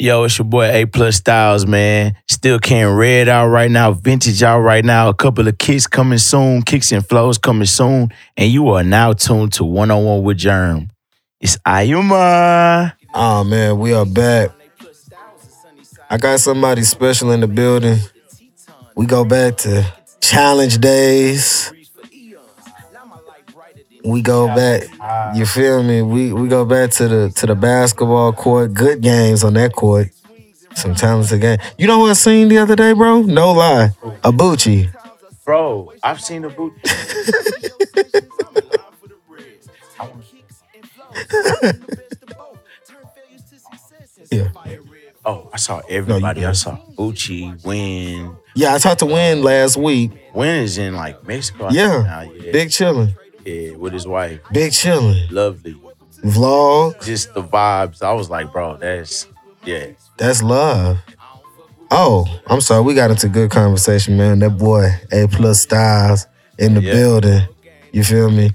Yo, it's your boy A Plus Styles, man. Still can red out right now, vintage out right now. A couple of kicks coming soon, kicks and flows coming soon. And you are now tuned to One on One with Germ. It's Ayuma. Oh man, we are back. I got somebody special in the building. We go back to challenge days. We go back. You feel me? We we go back to the to the basketball court. Good games on that court. Sometimes the game. You know what I seen the other day, bro? No lie. Abuchi. Bro, I've seen the boot. Yeah. Oh, I saw everybody. I saw Uchi, Win. Yeah, I talked to Win last week. Win is in like Mexico. I think, now, Yeah. yeah. Big chillin'. yeah, with his wife. Big chillin'. Lovely. Vlog. Just the vibes. I was like, bro, that's, yeah. That's love. Oh, I'm sorry. We got into good conversation, man. That boy, A plus Styles, in the Yeah. building. You feel me?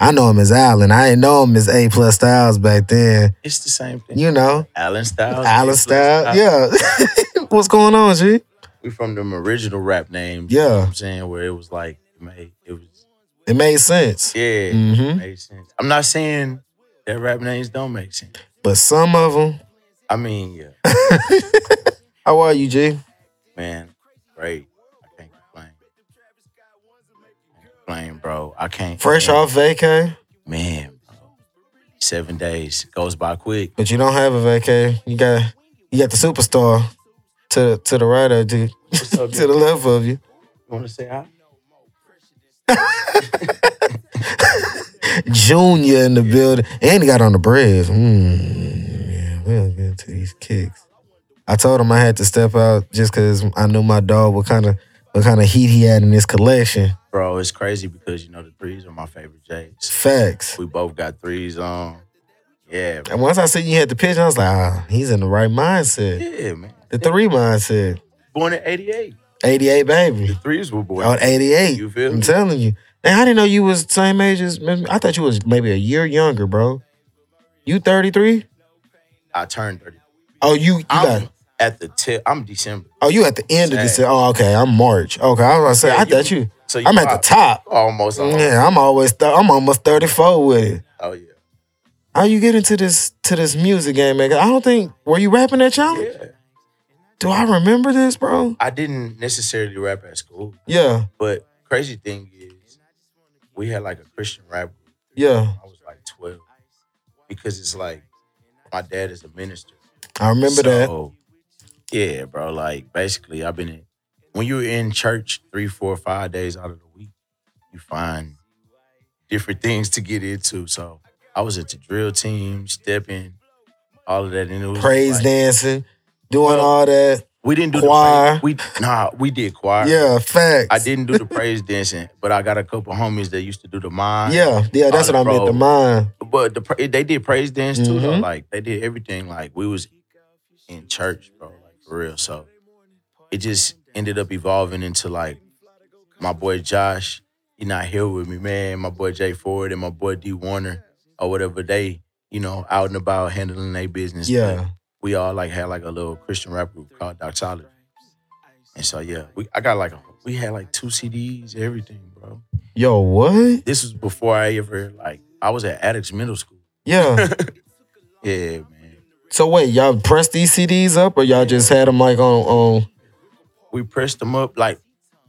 I know him as Allen. I ain't know him as A plus Styles back then. It's the same thing. You know, Allen Styles. Allen Nicholas Styles. Yeah. What's going on, G? We from them original rap names. You know Yeah. what I'm saying? Where it was like, man, it was, It made sense. yeah, it hmm made sense. I'm not saying that rap names don't make sense. But some of them. I mean, yeah, How are you, G? man, great. I can't complain. Can't complain, bro. I can't. Fresh man, off vacay, Man, bro. Seven days goes by quick. but you don't have a vacay. You got you got the superstar to to the right of you, What's up, to dude? the left of you. You want to say hi? Junior in the building, and he got on the breads. Mm, yeah, we'll get to these kicks. I told him I had to step out just because I knew my dog what kind of what kind of heat he had in his collection. Bro, it's crazy because, you know, the threes are my favorite J's. Facts. We both got threes on. Yeah, bro. And once I seen you had the picture, I was like, ah, he's in the right mindset, Yeah, man. the three mindset. Born in 88. '88 The baby, threes were born. on '88. You feel I'm me? telling you. And I didn't know you was the same age as. I thought you was maybe a year younger, bro. You 33? I turned 30. Oh, you you got. I'm at the tip. I'm December. Oh, you at the end of Hey. this? Oh, okay. I'm March. Okay, I was gonna say. Yeah, I thought you. So you I'm at the are top. Almost. almost. Yeah, I'm always. Th- I'm almost 34 with it. Oh yeah. How you get into this to this music game, man? 'Cause I don't think. Were you rapping that challenge? Yeah. Do I remember this, bro? I didn't necessarily rap at school, Yeah, but crazy thing is, we had like a Christian rap. group. yeah. I was like 12 because it's like my dad is a minister. I remember that. so, Yeah, bro. Like basically, I've been in. When you're in church three, four, five days out of the week, you find different things to get into. So I was at the drill team, stepping, all of that, and it was Praise like, dancing, doing Well, all that. We didn't do Choir. The praise, we nah, we did choir. Yeah, facts. I didn't do the praise dancing, but I got a couple homies that used to do the mine. Yeah, yeah. That's All what I the meant. The pros. mind. But the pra- they did praise dance too, though. Mhm. Like they did everything. Like we was in church, bro. Like for real. So it just ended up evolving into like my boy Josh. He not here with me, man. My boy Jay Ford and my boy D Warner or whatever they, you know, out and about handling their business. But Yeah. we all like had like a little Christian rap group called Doxology. And so yeah, we I got like a, we had like two CDs, everything, bro. Yo, what? This was before I ever like I was at Addicts Middle School. Yeah. Yeah, man. so wait, y'all pressed these CDs up, or y'all just had them like on on? We pressed them up like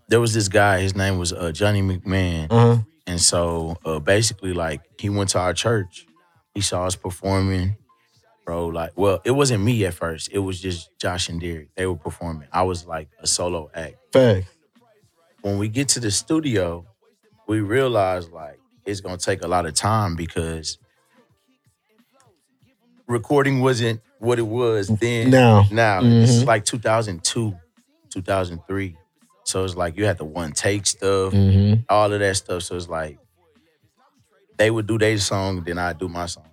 there was this guy. His name was uh, Johnny McMahon, Uh huh. and so uh, basically like he went to our church. He saw us performing, bro. Like, well, it wasn't me at first. It was just Josh and Derek. They were performing. I was like a solo act. Facts. when we get to the studio, we realize like it's gonna take a lot of time because recording wasn't what it was then. Now. now this is Mhm. like 2002, 2003. So it's like you had to one take stuff, Mm-hmm. all of that stuff. So it's like they would do their song, then I would do my song.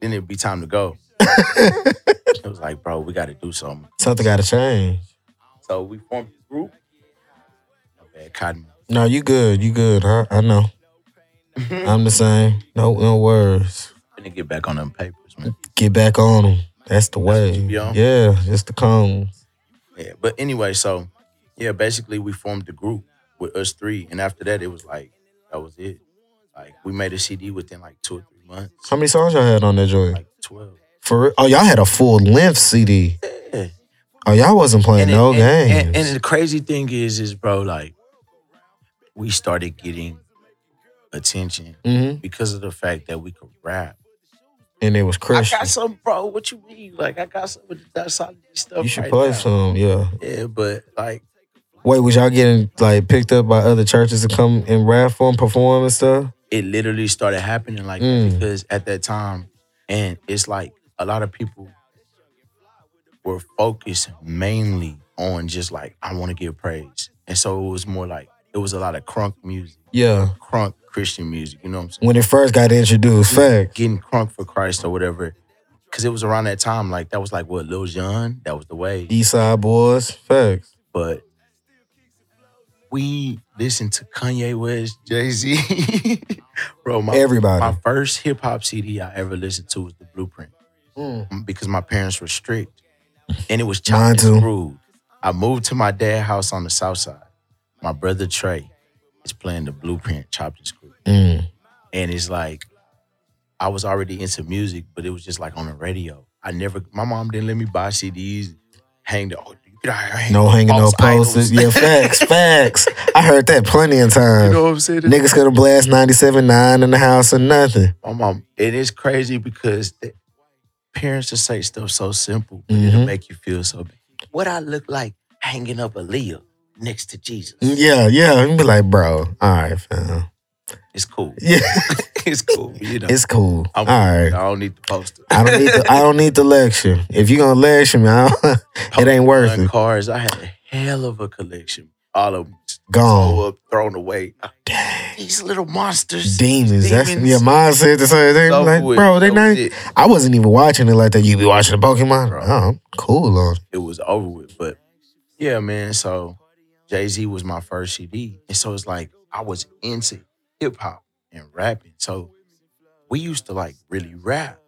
Then it'd be time to go. it was like, bro, we got to do something. Something got to change. So we formed a group. My bad, Cotton. No, you good. You good. I, I know. Mm-hmm. I'm the same. No, no worries. Finna get back on them papers, man. Get back on them. That's the what way. you be on? Yeah, just the cones. Yeah, but anyway, so yeah, basically we formed the group with us three, and after that it was like that was it. Like we made a CD within like two or three months, How many songs y'all had on that joint? like twelve. For real? oh, y'all had a full length CD. Yeah. Oh, y'all wasn't playing And it- no and, games. And, and the crazy thing is, is bro, like we started getting attention mm-hmm. because of the fact that we could rap. and it was Christian. I got some, bro. What you mean? Like I got some of that solid stuff. You should right play now. some. Yeah. Yeah, but like Wait, was y'all getting like picked up by other churches to come and rap for and perform and stuff? it literally started happening like Mm. that because at that time, and it's like a lot of people were focused mainly on just like I want to get praise, and so it was more like it was a lot of crunk music, Yeah. crunk Christian music. You know what I'm saying? When it first got introduced, fact. Getting crunk for Christ or whatever, because it was around that time. Like that was like what Lil Jon, that was the way. East Side Boys, facts. But we listened to Kanye West, Jay Z, bro. My My Everybody. first hip hop CD I ever listened to was The Blueprint Mm. um, because my parents were strict, and it was Mine chopped too. and screwed. I moved to my dad's house on the south side. My brother Trey is playing The Blueprint, chopped and screwed, Mm. and it's like I was already into music, but it was just like on the radio. I never. My mom didn't let me buy CDs. Hang the. Oh, you gotta hang No hanging no false idols. posters. Yeah, facts, facts. I heard that plenty of You times. know what I'm saying? Niggas gonna blast 97.9 in the house or nothing. my mom. It is crazy because the parents just say stuff so simple, but Mhm. it'll make you feel so bad. What I look like hanging up a Leah next to Jesus. Yeah, yeah. You be like, bro, all right, fam. It's cool. Yeah, it's cool. You know, it's cool. I'm, all right. I don't need the poster. I don't need the I don't need the lecture. If you gonna lecture me, I don't, it ain't worth Pokemon it. Cards. I had a hell of a collection. All of them Gone. up, thrown away. These little monsters. Demons. That's Demons. yeah. Mine said the same thing. Stuff Like, with- bro, they that not. was it. I wasn't even watching it like that. You be watching the Pokemon. Bro. Oh, I'm cool on. it. it was over with. But yeah, man. So Jay Z was my first CD, and so it's like I was into hip hop and rapping. So we used to like really rap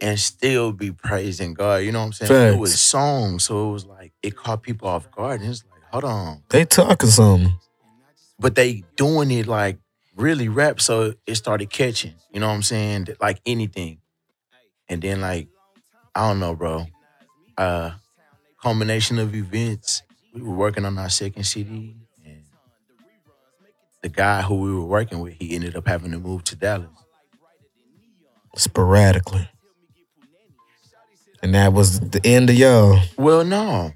and still be praising God. You know what I'm saying? It was Facts. songs, so it was like it caught people off guard. And it's like, hold on, They talking something. but they doing it like really rap, so it started catching. You know what I'm saying? Like anything, and then like I don't know, bro. Uh, culmination of events. We were working on our second CD, and the guy who we were working with, he ended up having to move to Dallas. sporadically. And that was the end of y'all. Well, no.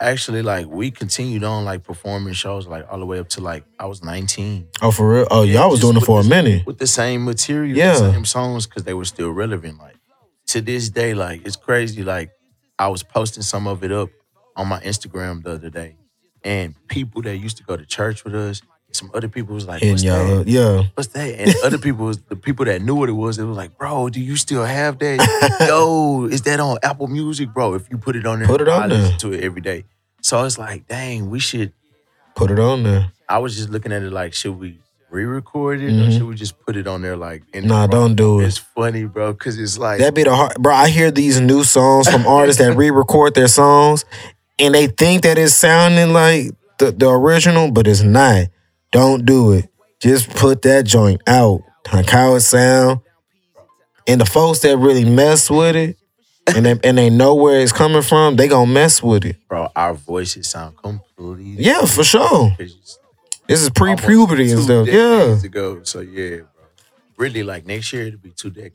Actually, like we continued on like performing shows like all the way up to like I was 19 Oh, for real? Oh, y'all was just doing it with for a this- minute. with the same material, Yeah. the same songs because they were still relevant. Like to this day, like it's crazy. Like I was posting some of it up on my Instagram the other day, and people that used to go to church with us, some other people was like, And "What's that? y'all, yeah. What's that?" And other people, was, the people that knew what it was, it was like, "Bro, do you still have that? Yo, is that on Apple Music, bro? If you put it on there, Put it on I there. listen to it every day." So it's like, dang, we should Put it on there. I was just looking at it like, should we re-record it or Mhm. should we just put it on there like? in the Nah, raw? don't do It's it. funny, bro, because it's like That'd be the hard. Bro, I hear these new songs from artists that re record their songs and they think that it's sounding like the, the original, but it's not. Don't do it. Just put that joint out. Like how it sound. And the folks that really mess with it and they, and they know where it's coming from, they gonna mess with it. bro, our voices sound completely Yeah, for sure. It's This is pre puberty and almost stuff. two Yeah. decades ago. So yeah, bro. Really, like next year it'll be two decades,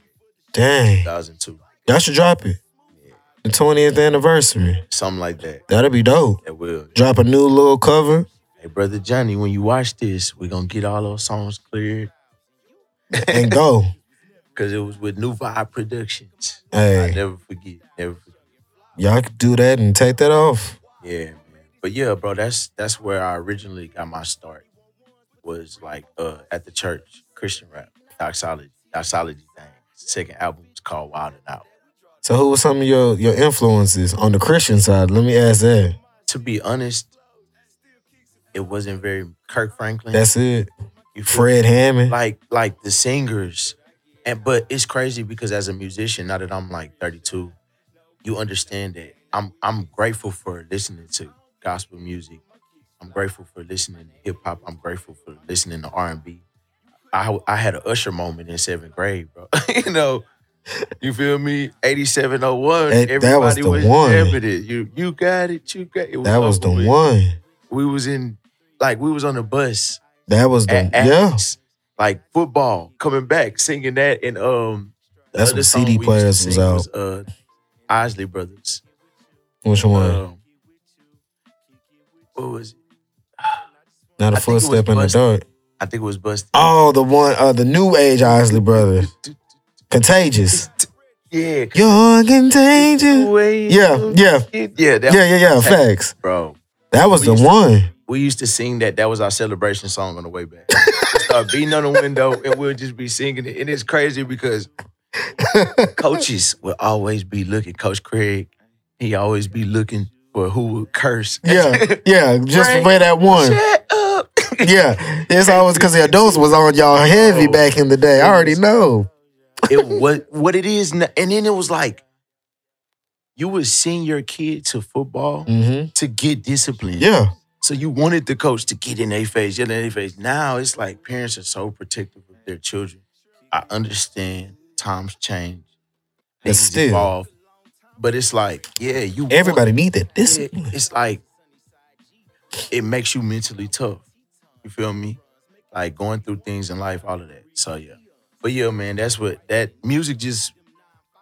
Dang. 2002, Y'all should drop it. The 20th anniversary. something like that. That'd be dope. That will. Drop a new little cover. Hey, brother Johnny, when you watch this, we're gonna get all those songs cleared and go. because it was with New Vibe Productions. I Hey, never forget. Never forget. y'all could do that and take that off. Yeah, man. But yeah, bro, that's that's where I originally got my start. Was like uh at the church, Christian rap, doxology, doxology thing. Second album was called Wild and Out. So, who were some of your, your influences on the Christian side? Let me ask that. To be honest, it wasn't very Kirk Franklin. That's it. you feel me? Fred Hammond. like like the singers. And but it's crazy because as a musician, now that I'm like 32, you understand that I'm I'm grateful for listening to gospel music. I'm grateful for listening to hip hop. I'm grateful for listening to R and B. I I had an Usher moment in seventh grade, bro. you know, you feel me? Eighty seven oh one. Hey, Everybody that was the was one. jamming it. You you got it. You got it. it was That was over the with. one. We was in like we was on the bus That was the at yeah. Athens, like football, coming back, singing that, and um, the That's other when song we CD used to players was sing out. uh, Isley Brothers. Which one? Um, what was? It? Not a I think it was footstep in the Bust- dark. I think it was Busted. Oh, the one, uh, the new age Isley brothers, contagious. yeah, You're contagious. Yeah, yeah, yeah, that, yeah, yeah, yeah. Facts. bro. That was the Please. one. We used to sing that. That was our celebration song on the way back. We'd start beating on the window, and we'll just be singing it. And it's crazy because coaches will always be looking. Coach Craig, he always be looking for who would curse. Yeah, yeah. Just Right. for that one. Shut up. Yeah, it's always because the adults was on y'all heavy Oh. back in the day. I already know. it was what it is now. And then it was like, you would send your kid to football Mm-hmm. to get disciplined. Yeah, So you wanted the coach to get in their face, get in their face. Now it's like parents are so protective of their children. I understand times change. But Things still. evolve. But it's like, yeah, you want everybody need that it, discipline. it's like it makes you mentally tough. You feel me? Like going through things in life, all of that. So yeah. But yeah, man, that's what that music just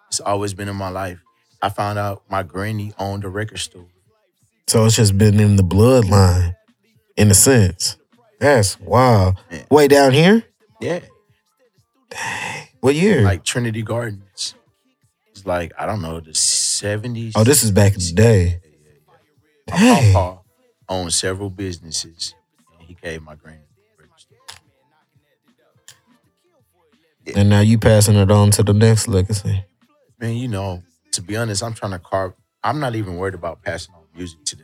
it's always been in my life. I found out my granny owned a record store. So it's just been in the bloodline, in a sense. That's wow. Yeah. Way down here. Yeah. What year? Like Trinity Gardens. It's like, I don't know, the 70s. oh, this is back in the day. my Dang. papa owned several businesses. And he gave my granny the record store. And now you passing it on to the next legacy. man, you know, to be honest, I'm trying to carve. I'm not even worried about passing on music to them.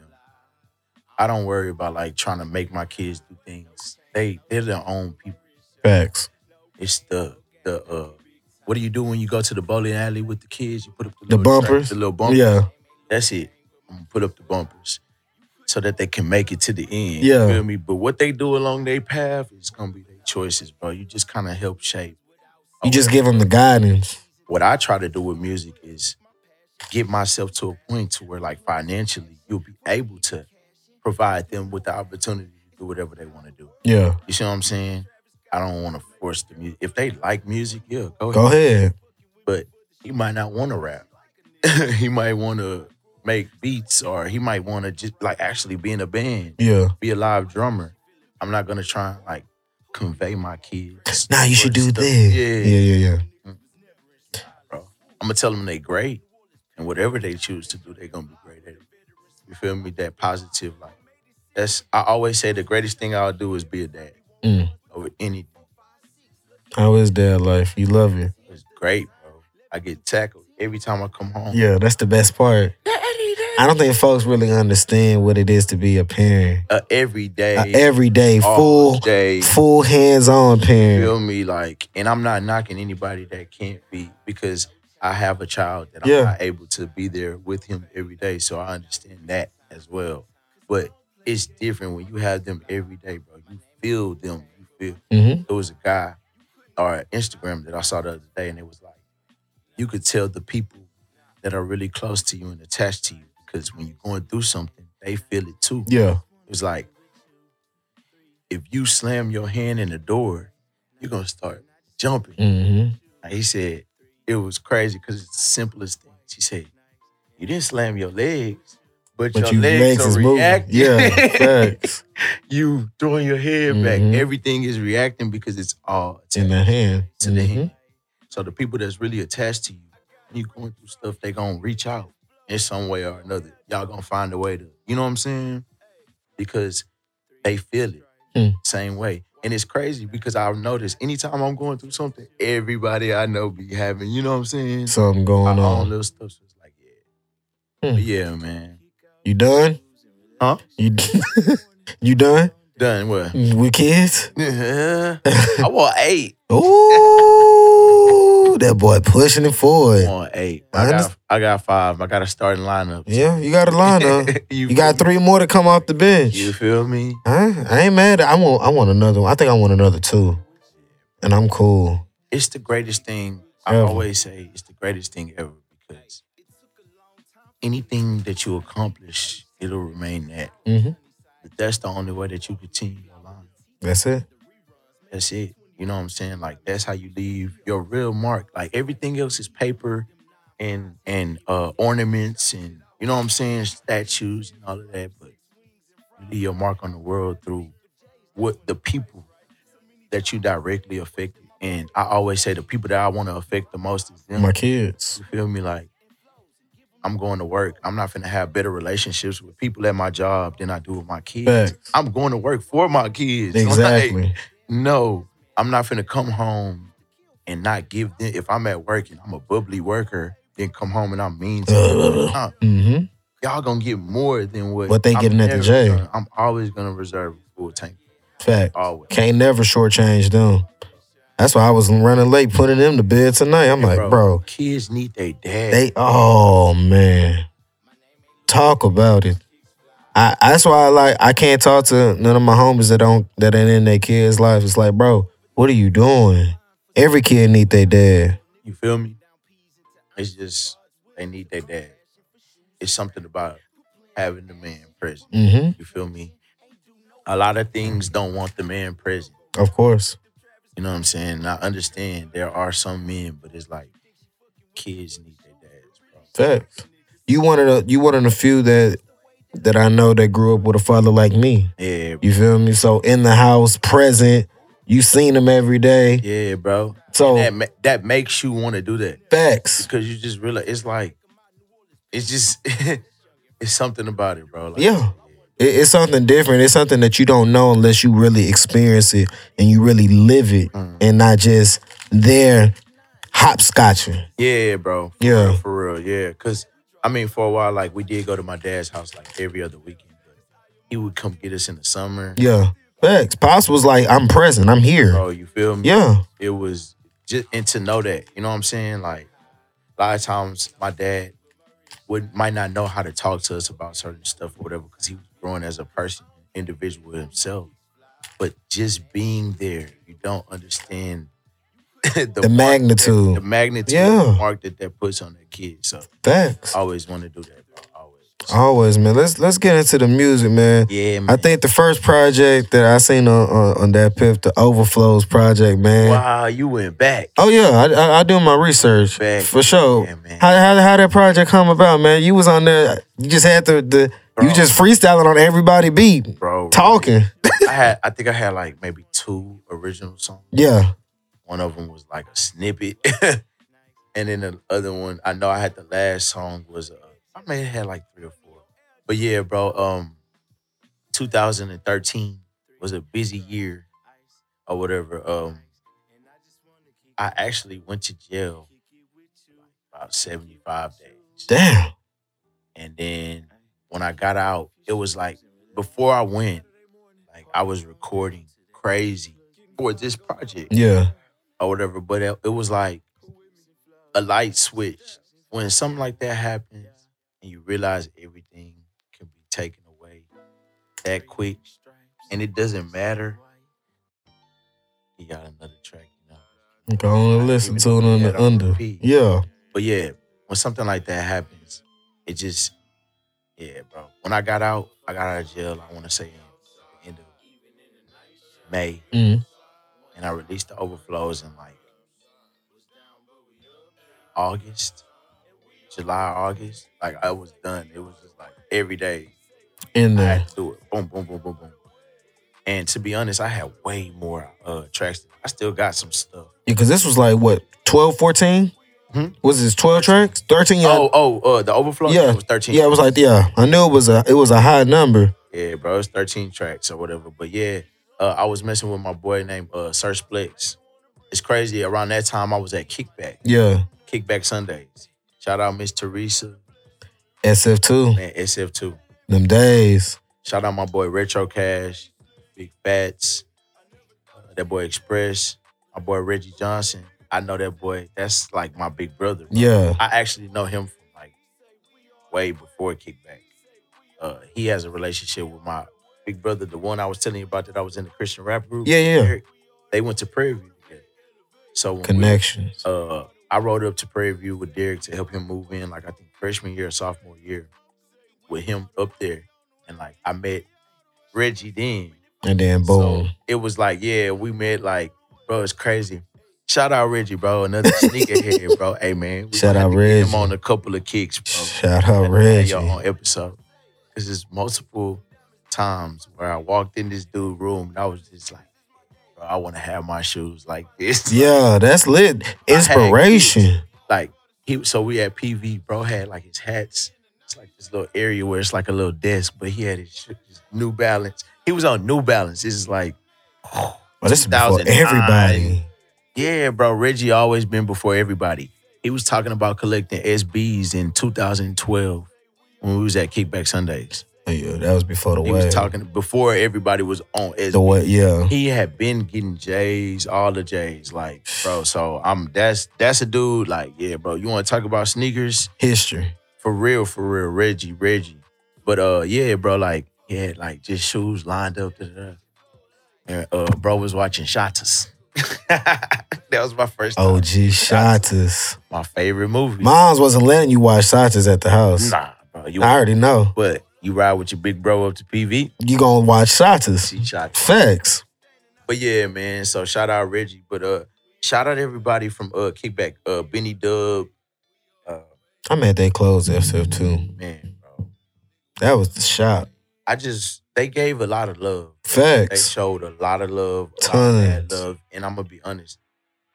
I don't worry about like trying to make my kids do things. They they're their own people. Facts. It's the the uh, what do you do when you go to the bowling alley with the kids? You put up The little bumpers? the little bumpers. Yeah. that's it. I'm gonna put up the bumpers so that they can make it to the end. Yeah. you feel me. But what they do along their path is gonna be their choices, bro. You just kind of help shape. You just give them the guidance. what I try to do with music is get myself to a point to where like financially you'll be able to provide them with the opportunity to do whatever they want to do. Yeah. You see what I'm saying? I don't want to force the music. If they like music, yeah, go ahead. Go ahead. But he might not want to rap. he might want to make beats or he might want to just like actually be in a band, Yeah. be a live drummer. I'm not going to try and like convey my kids. Now you should do Stuff. this. Yeah. Yeah. Yeah. Yeah. bro. I'm gonna tell them they great, and whatever they choose to do, they're gonna be great at it. You feel me? That positive, like that's. I always say the greatest thing I'll do is be a dad Mm. over anything. How is dad life? You love it. It's great, bro. I get tackled every time I come home. Yeah. That's the best part. I don't think folks really understand what it is to be a parent. Uh, every day, A everyday, all full, day. full hands-on parent. Feel me, like, and I'm not knocking anybody that can't be because I have a child that I'm Yeah. not able to be there with him every day, so I understand that as well. But it's different when you have them every day, bro. You feel them. You feel. Mm-hmm. There was a guy on Instagram that I saw the other day, and it was like, you could tell the people that are really close to you and attached to you because when you're going through something, they feel it too. Yeah. It was like, if you slam your hand in the door, you're gonna start jumping. Mm-hmm. Like, he said, it was crazy because it's the simplest things. He said, you didn't slam your legs, but, But your you legs, legs are is moving. reacting. Yeah. Facts. you throwing your head back. Mhm. Everything is reacting because it's all It's in the hand. to the Mhm. hand. So the people that's really attached to you, when you going through stuff, they gonna reach out in some way or another. Y'all gonna find a way to, you know what I'm saying? Because they feel it Hmm. same way. And it's crazy because I've noticed anytime I'm going through something, everybody I know be having, you know what I'm saying? Something My going own on. little stuff. So it's like, yeah. Hmm. But yeah, man. You done? Huh? You you done? Done what? Hmm. With kids? I want eight. Ooh. too. That boy pushing it forward. on eight. I I got understand. I got five. I got a starting lineup. Yeah, you got a lineup. you, you got feel three more to come off the me? bench. You feel me? Huh? I ain't mad. I want. I want another one. I think I want another two, and I'm cool. It's the greatest thing. I Ever. always say it's the greatest thing ever because anything that you accomplish, it'll remain that. Mm-hmm. But that's the only way that you continue your line. That's it. That's it. You know what I'm saying? Like that's how you leave your real mark. Like everything else is paper and and uh ornaments and you know what I'm saying, statues and all of that, but you leave your mark on the world through what the people that you directly affected. And I always say the people that I want to affect the most is them. My kids. You feel me? Like, I'm going to work. I'm not finna have better relationships with people at my job than I do with my kids. Facts. I'm going to work for my kids. Like, Exactly. no, I'm not finna come home and not give them. If I'm at work and I'm a bubbly worker, then come home and I'm mean to them. Nah, Mm-hmm. y'all gonna get more than what What they I'm getting at the never J. gonna- I'm always gonna reserve a full tank. Fact. Always. Can't never shortchange them. That's why I was running late, putting them to bed tonight. I'm like, bro, kids need their dad. They oh man. Talk about it. I that's why I like I can't talk to none of my homies that don't that ain't in their kids' life. It's like, bro, what are you doing? Every kid need their dad. You feel me? It's just they need their dad. It's something about having the man present. hmm You feel me? A lot of things don't want the man present. Of course. You know what I'm saying? And I understand there are some men, but it's like kids need their dads, bro. Facts. You wanted a you wanted a few that that I know that grew up with a father like me. Yeah, You feel me? So in the house, present, you seen them every day. yeah, bro. So That ma- that makes you want to do that facts. because you just realize it's like it's just it's something about it, bro. Like, Yeah. It, it's something different. It's something that you don't know unless you really experience it and you really live it Mm. and not just there hopscotching. Yeah, bro. For Yeah. real, for real. Yeah, cause I mean, for a while, like we did go to my dad's house like every other weekend. But he would come get us in the summer. Yeah. Facts. Pops was like, I'm present. I'm here. Bro, you feel me? Yeah. It was just and to know that, you know what I'm saying? Like a lot of times, my dad would might not know how to talk to us about certain stuff or whatever, cause he was growing as a person, individual himself. But just being there, you don't understand the, mark that- magnitude. the magnitude, Yeah. of the mark that that puts on the kid. So Facts. always want to do that, bro. Always. Always, man. Let's let's get into the music, man. Yeah, man. I think the first project that I seen on, on, on that pip, the Overflows project, man. Wow, you went back. Oh yeah, I, I, I do my research Facts. for sure. Yeah, man. how, how how that project come about, man? You was on there. You just had the the. You Bro. just freestyling on everybody beat, Bro, talking. I had I think I had like maybe two original songs. Yeah, One of them was like a snippet. and then the other one, I know I had the last song was uh, I may have had like three or four. But yeah, bro, um 2013 was a busy year or whatever. Um I actually went to jail about 75 days. damn. And then when I got out, it was like before I went, like I was recording crazy for this project Yeah, or whatever. But it, it was like a light switch. When something like that happens and you realize everything can be taken away that quick and it doesn't matter, you got another track, you know. go on and listen to it on the under. Yeah, But yeah, when something like that happens, it just yeah, bro. When I got out, I got out of jail. I want to say in the end of May, mm. and I released the overflows in like August, July, August. Like I was done. It was just like every day in I there. had to do it. Boom, boom, boom, boom, boom. And to be honest, I had way more uh, tracks. I still got some stuff. Yeah, cause this was like what 12, 14? Hmm? Was this twelve tracks? Thirteen? Yeah. Oh, oh, uh, the overflow. yeah, it was thirteen. Yeah, it was like yeah. I knew it was a it was a high number. Yeah, bro, it's 13 tracks or whatever. But yeah, uh, I was messing with my boy named uh, Search Plex. It's crazy. Around that time, I was at Kickback, Yeah, Kickback Sundays. Shout out Miss Teresa SF two and SF2. them days. Shout out my boy Retro Cash, Big Fats, uh, that boy Express, my boy Reggie Johnson. I know that boy. That's like my big brother. bro. Yeah. I actually know him from like way before kickback. Uh, he has a relationship with my big brother, the one I was telling you about that I was in the Christian rap group. Yeah, yeah. Eric. They went to Prairie View together. So when we- Connections. uh, I rode up to Prairie View with Derek to help him move in, like I think freshman year or sophomore year, with him up there, and like I met Reggie then. And then So boom. it was like, yeah, we met like, bro, it's crazy. Shout out Reggie, bro. Another sneakerhead, bro. Hey man, we Shout gonna out have to get Reggie. Him on a couple of kicks, bro. Shout out And I had Reggie. y'all on episode. Cause there's multiple times where I walked in this dude room and I was just like, bro, I want to have my shoes like this. Yeah, that's lit. Inspiration. like he so we had PV bro had like his hats. It's like this little area where it's like a little desk, but he had his, sh- his New Balance. He was on New Balance. This is like, Well, this is before 2009. everybody. yeah, bro. Reggie always been before everybody. He was talking about collecting SBs in 2012 when we was at Kickback Sundays. Oh, yeah, that was before the He wave. was talking before everybody was on SBs. the way, yeah. he had been getting J's, all the J's, like bro. So I'm that's that's a dude. Like yeah, bro. You want to talk about sneakers? History. For real, for real, Reggie, Reggie. But uh, yeah, bro, like he had like just shoes lined up. Da, da, da. And uh, bro was watching Shotas. that was my first. time. OG Shotas. my favorite movie. Moms wasn't letting you watch Shotas at the house. nah, bro, you. I already know. but you ride with your big bro up to PV. You gonna watch Shotas. See Shotas. Facts. But yeah, man. So shout out Reggie. But uh, shout out everybody from uh Kickback. Uh, Benny Dub. Uh, I'm at they clothes SF too. man, bro. That was the shop. I just they gave a lot of love. They Facts. showed a lot of love, a lot of mad Tons. love, and I'm gonna be honest.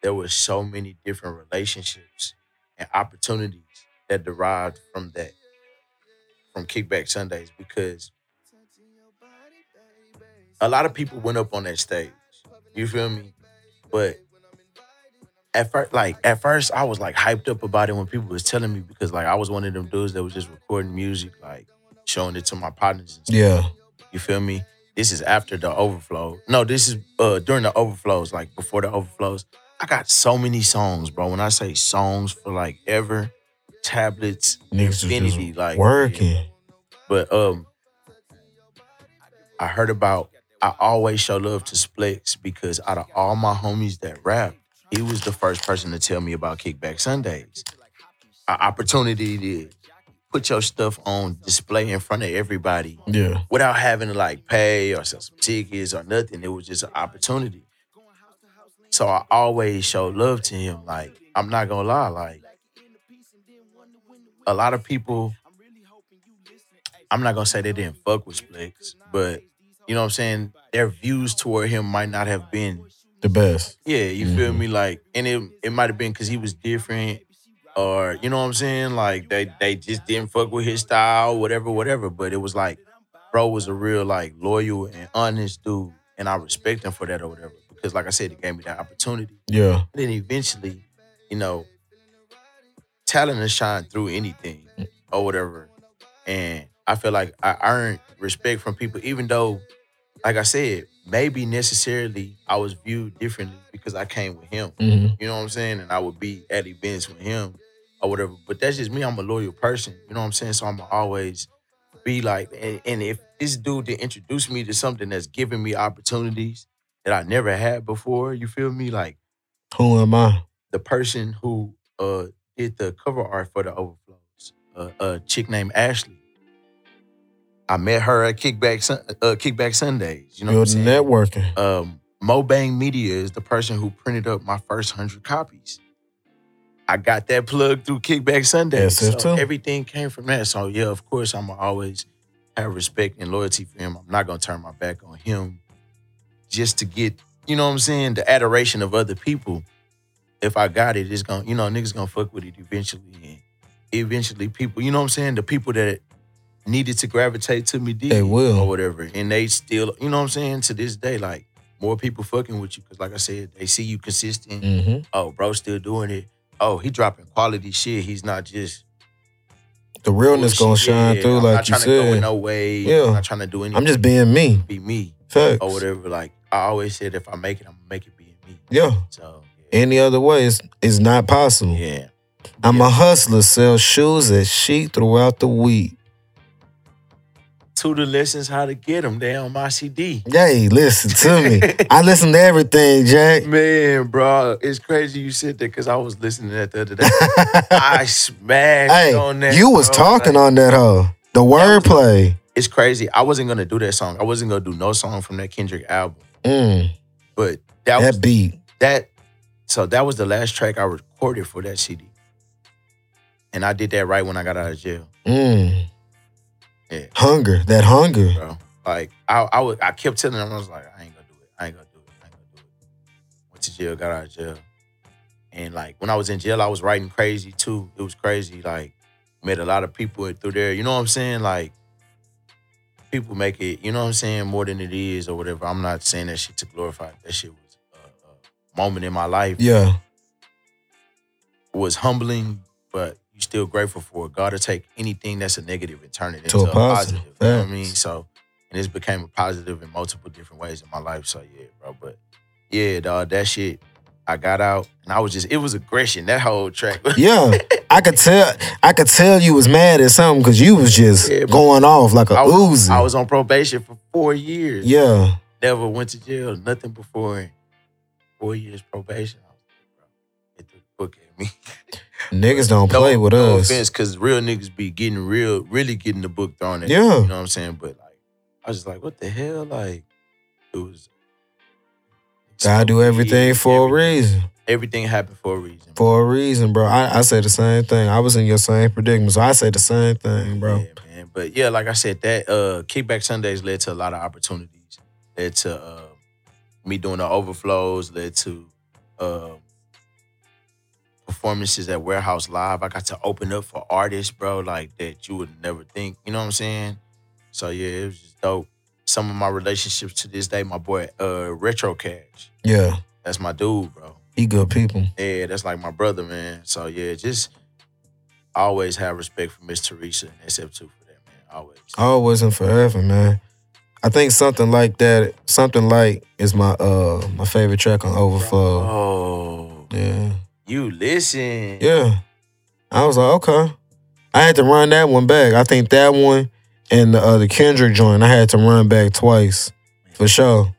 There was so many different relationships and opportunities that derived from that, from Kickback Sundays, because a lot of people went up on that stage. You feel me? But at first, like at first, I was like hyped up about it when people was telling me because like I was one of them dudes that was just recording music, like showing it to my partners and stuff. Yeah. You feel me? This is after the overflow. No, this is uh during the overflows, like before the overflows. I got so many songs, bro. When I say songs for like ever, tablets, Niggas was infinity, just like working. But um, I heard about. I always show love to Splix because out of all my homies that rap, he was the first person to tell me about Kickback Sundays. An opportunity to put your stuff on display in front of everybody Yeah. without having to like pay or sell some tickets or nothing. It was just an opportunity. So I always show love to him. Like, I'm not gonna lie, like a lot of people I'm not gonna say they didn't fuck with Splix, but you know what I'm saying? Their views toward him might not have been The best. yeah, you feel me? Like, and it it might have been because he was different, or you know what I'm saying? Like they they just didn't fuck with his style, whatever, whatever. But it was like, bro was a real like loyal and honest dude, and I respect him for that or whatever. Because like I said, it gave me that opportunity. Yeah. And then eventually, you know, talent is shine through anything or whatever. And I feel like I earned respect from people, even though, like I said, maybe necessarily I was viewed differently because I came with him. hmm You know what I'm saying? And I would be at events with him or whatever. But that's just me. I'm a loyal person. You know what I'm saying? So I'm gonna always be like, and, and if this dude did introduce me to something that's giving me opportunities that I never had before, you feel me? Like Who am I? the person who uh did the cover art for the overflows, uh, a chick named Ashley. I met her at Kickback Sun- uh, Kickback Sundays. You know You're what I'm saying? networking. um, Mobang Media is the person who printed up my first hundred copies. I got that plug through Kickback Sunday. Yes, sir, so too. everything came from that. So yeah, of course, I'm always have respect and loyalty for him. I'm not gonna turn my back on him just to get, you know what I'm saying, the adoration of other people. If I got it, it's gonna, you know, niggas gonna fuck with it eventually. And eventually people, you know what I'm saying? The people that needed to gravitate to me did They will. or whatever. And they still, you know what I'm saying, to this day, like more people fucking with you. Cause like I said, they see you consistent. Mm-hmm. Oh, bro, still doing it. Oh, he dropping quality shit. He's not just The realness "Oh, gonna shit, shine yeah, through, I'm not like you trying to go in said. no way. Yeah. I'm not trying to do anything. I'm just being me. be me Facts. or whatever. Like I always said, if I make it, I'm gonna make it be me. Yeah. So yeah, Any other way is is not possible. Yeah. I'm a hustler, sell shoes at Chic throughout the week. To the lessons how to get them. They on my CD. Yay, listen to me. I listen to everything, Jack. Mm. Man, bro, it's crazy you said that because I was listening to that the other day. I smashed hey, on that. you was bro. talking Like, on that hoe. The wordplay. It's crazy. I wasn't gonna do that song. I wasn't gonna do no song from that Kendrick album. Mm, But that, was that beat. that. So that was the last track I recorded for that CD, and I did that right when I got out of jail, Mm. Yeah. Hunger. That hunger. bro. Like I, I was, I kept telling them, I was like, I ain't gonna do it. I ain't gonna do it. I ain't gonna do it. Went to jail, got out of jail, and like when I was in jail, I was writing crazy too. It was crazy. Like met a lot of people through there. You know what I'm saying? Like people make it. You know what I'm saying? More than it is or whatever. I'm not saying that shit to glorify. it. That shit was a, a moment in my life. Yeah. was humbling, but you still grateful for it. God will take anything that's a negative and turn it into a a positive. positive. You know what I Facts. mean? So, and this became a positive in multiple different ways in my life. So yeah, bro. But yeah, dog, that shit. I got out and I was just it was aggression that whole track. Yeah. I could tell I could tell you was mad at something because you was just Yeah, bro. going off like a I was, oozy. I was on probation for four years. yeah. Never went to jail. Nothing before it. four years probation. I was like, bro, get the book at me. Niggas don't no, play with no us. offense, because real niggas be getting real, really getting the book thrown at Yeah. you. You know what I'm saying? But like, I was just like, what the hell? Like, it was. God do everything for a Everything- reason. Everything happened for a reason. For a reason, bro. I, I say the same thing. I was in your same predicament, so I say the same thing, bro. Yeah, man. But yeah, like I said, that uh kickback Sundays led to a lot of opportunities. Led to uh, me doing the overflows. Led to uh, performances at Warehouse Live. I got to open up for artists, bro, like that you would never think. You know what I'm saying? So yeah, it was just dope. Some of my relationships to this day, my boy uh, Retro Cash, Yeah. that's my dude, bro. He good people. Yeah, that's like my brother, man. So yeah, just always have respect for Miss Teresa and SF2 for that, man. Always. Always and forever, man. I think something like that, something like is my uh my favorite track on Overflow. Oh, Yeah. you listen. Yeah. I was like, okay. I had to run that one back. I think that one and the other Kendrick joint, I had to run back twice. For sure.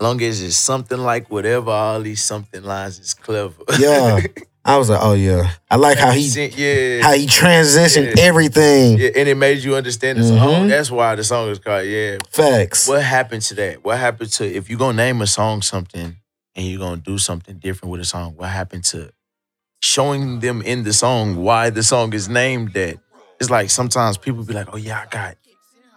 Long as it's something like whatever all these something lines is clever. Yeah. I was like, oh yeah. I like how he yeah. how he transitioned Yeah. everything. yeah, and it made you understand the Mhm. song. That's why the song is called Yeah. Facts. What happened to that? What happened to if you're gonna name a song something and you're gonna do something different with a song? What happened to showing them in the song why the song is named that? It's like sometimes people be like, "Oh yeah, I got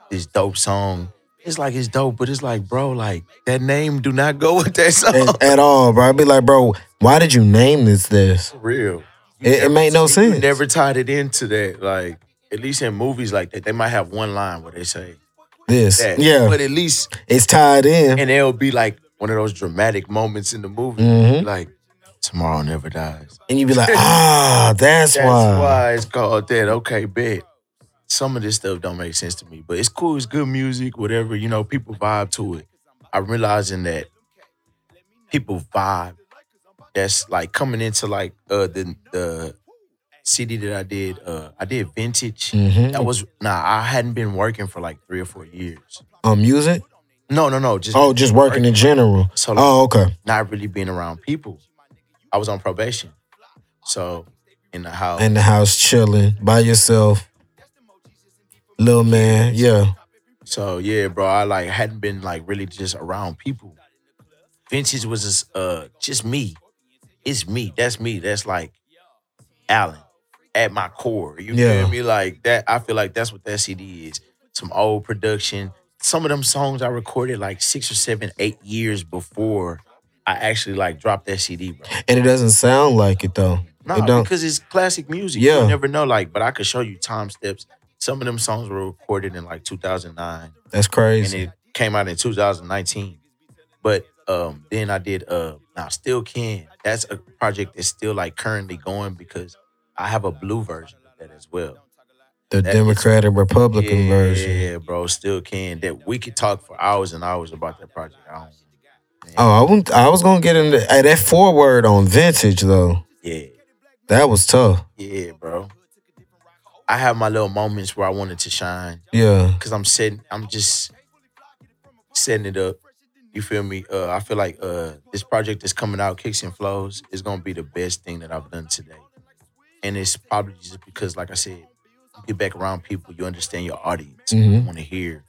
this dope song." It's like it's dope, but it's like, bro, like that name do not go with that song. at, at all, bro. I'd be like, bro, why did you name this this? real. It- it made no You sense. Never tied it into that. Like at least in movies like that, they might have one line where they say This. that. Yeah. But at least it's tied in. and it'll be like one of those dramatic moments in the movie, Mhm. like tomorrow never dies. And you'd be like, ah, that's, That's why. why it's called that. Okay, bet. Some of this stuff don't make sense to me, but it's cool. It's good music, whatever. You know, people vibe to it. I'm realizing that people vibe. That's like coming into like uh the the CD that I did. Uh, I did vintage. Mhm. That was nah. I hadn't been working for like three or four years. On Oh, music? No, no, no. Just Oh, just working in general. So like, Oh, okay. not really being around people. I was on probation. So in the house. In the house, chilling by yourself. Little man, yeah. so yeah, bro, I like hadn't been like really just around people. Vintage was just uh just me. It's me. That's me. That's like Allen at my core. You Yeah. feel me? Like that I feel like that's what that CD is. Some old production. Some of them songs I recorded like six or seven, eight years before I actually like dropped that CD, bro. And it doesn't sound like it though. No, it don't. because it's classic music. Yeah. You never know. Like, but I could show you time steps. Some of them songs were recorded in like 2009, That's and crazy. it came out in 2019. But um, then I did uh, now still can. That's a project that's still like currently going because I have a blue version of that as well. the that- Democratic Republican yeah, version. bro, still can. That we could talk for hours and hours about that project. I don't Oh, I wouldn't, I was gonna get into hey, that forward on vintage though. Yeah, That was tough. yeah, bro. I have my little moments where I wanted to shine Yeah. because Mm. I'm setting, I'm just setting it up. You feel me? Uh, I feel like uh, this project that's coming out, Kicks and Flows, is gonna be the best thing that I've done today, and it's probably just because, like I said, you get back around people, you understand your audience, you Mhm. want to hear,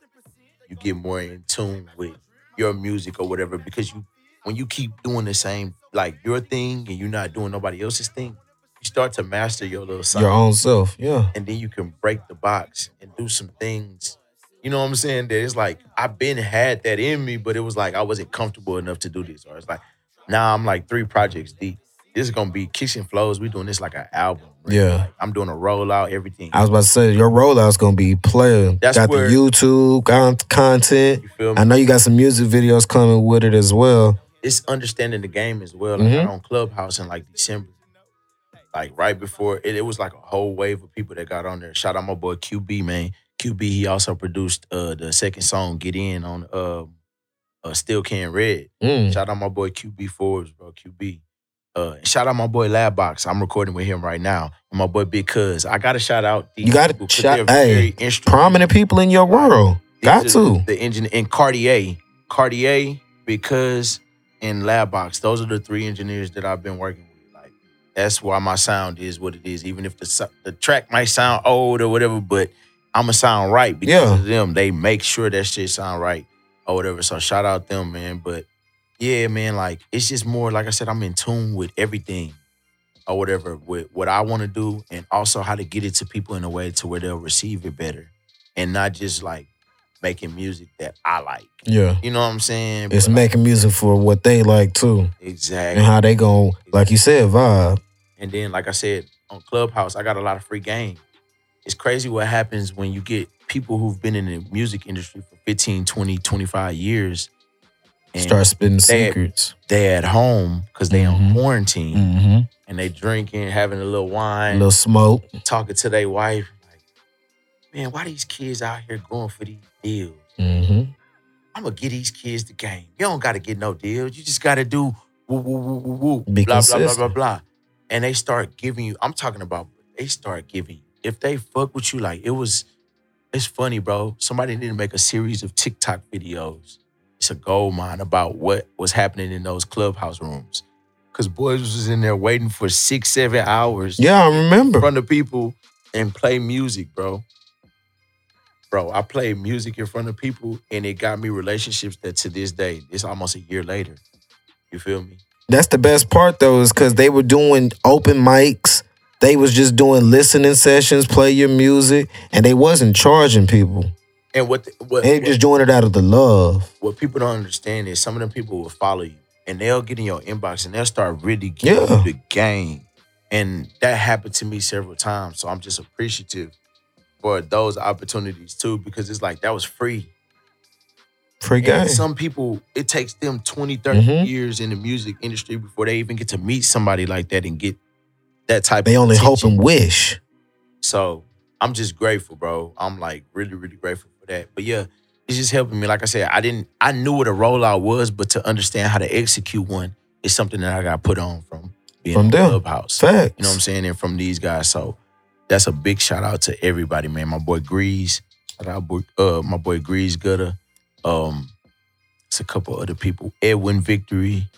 you get more in tune with your music or whatever. Because you, when you keep doing the same, like your thing, and you're not doing nobody else's thing, you start to master your little sound Your own self. Yeah. and then you can break the box and do some things. You know what I'm saying? That it's like I've been had that in me, but it was like I wasn't comfortable enough to do this. Or it's like now I'm like three projects deep. This is gonna be Kitchen Flows. We doing this like an album. right? Yeah. Like, I'm doing a rollout, everything. I was about to say your rollout's gonna be player. That's got where- the YouTube con- content. you feel me? I know you got some music videos coming with it as well. it's understanding the game as well. Like I Mhm. got on Clubhouse in like December, like right before it, it was like a whole wave of people that got on there. Shout out my boy QB, man. QB, he also produced uh the second song "Get In" on uh, uh Still Can Red. Mm. Shout out my boy QB Forbes, bro. QB. Uh, and shout out my boy Labbox. I'm recording with him right now. And my boy Big Cuz. I gotta shout out these You gotta people 'cause shout- they're hey, very instrumental. Prominent people in your world. These Got are to. The engine and Cartier. Cartier, because and Labbox. Those are the three engineers that I've been working with. Like that's why my sound is what it is. Even if the so- the track might sound old or whatever, but I'ma sound right because Yeah. of them. They make sure that shit sound right or whatever. So shout out them, man. But yeah, man, like it's just more like I said, I'm in tune with everything or whatever with what I want to do and also how to get it to people in a way to where they'll receive it better and not just like making music that I like. Yeah. You know what I'm saying? It's But, making music for what they like too. And exactly. how they gon' like you said, vibe. And then like I said on Clubhouse, I got a lot of free game. It's crazy what happens when you get people who've been in the music industry for 15, 20, 25 years and Start spitting secrets. they at home because they Mhm. on quarantine Mm-hmm. and they drinking, having a little wine. little smoke. talking to their wife, like, man, why these kids out here going for these deals? Mm-hmm. I'm gonna get these kids the game. You don't gotta get no deals. You just gotta do woo woo woo woo woo. Be blah blah blah blah consistent. blah. And they start giving you. I'm talking about they start giving. you. If they fuck with you, like it was, it's funny, bro. Somebody need to make a series of TikTok videos. It's a gold mine about what was happening in those clubhouse rooms. Cause boys was in there waiting for six, seven hours Yeah, I in remember. front of people and play music, bro. Bro, I played music in front of people and it got me relationships that to this day, it's almost a year later. You feel me? That's the best part though, is cause they were doing open mics. They was just doing listening sessions, play your music, and they wasn't charging people. And what the, what, They what- just doing it out of the love. what people don't understand is some of them people will follow you and they'll get in your inbox and they'll start really giving Yeah. you the game. And that happened to me several times. So I'm just appreciative for those opportunities too, because it's like that was free. Free game. And some people, it takes them 20, 30 Mhm. years in the music industry before they even get to meet somebody like that and get that type They of only hope attention. and wish. So I'm just grateful, bro. I'm like really, really grateful for that. But yeah, it's just helping me. Like I said, I didn't I knew what a rollout was, but to understand how to execute one is something that I got put on from being From from them. clubhouse. Facts. You know what I'm saying? And from these guys. So that's a big shout out to everybody, man. My boy Grease. Shout out boy, uh, my boy Grease Gutter. Um, it's a couple other people. Edwin Victory.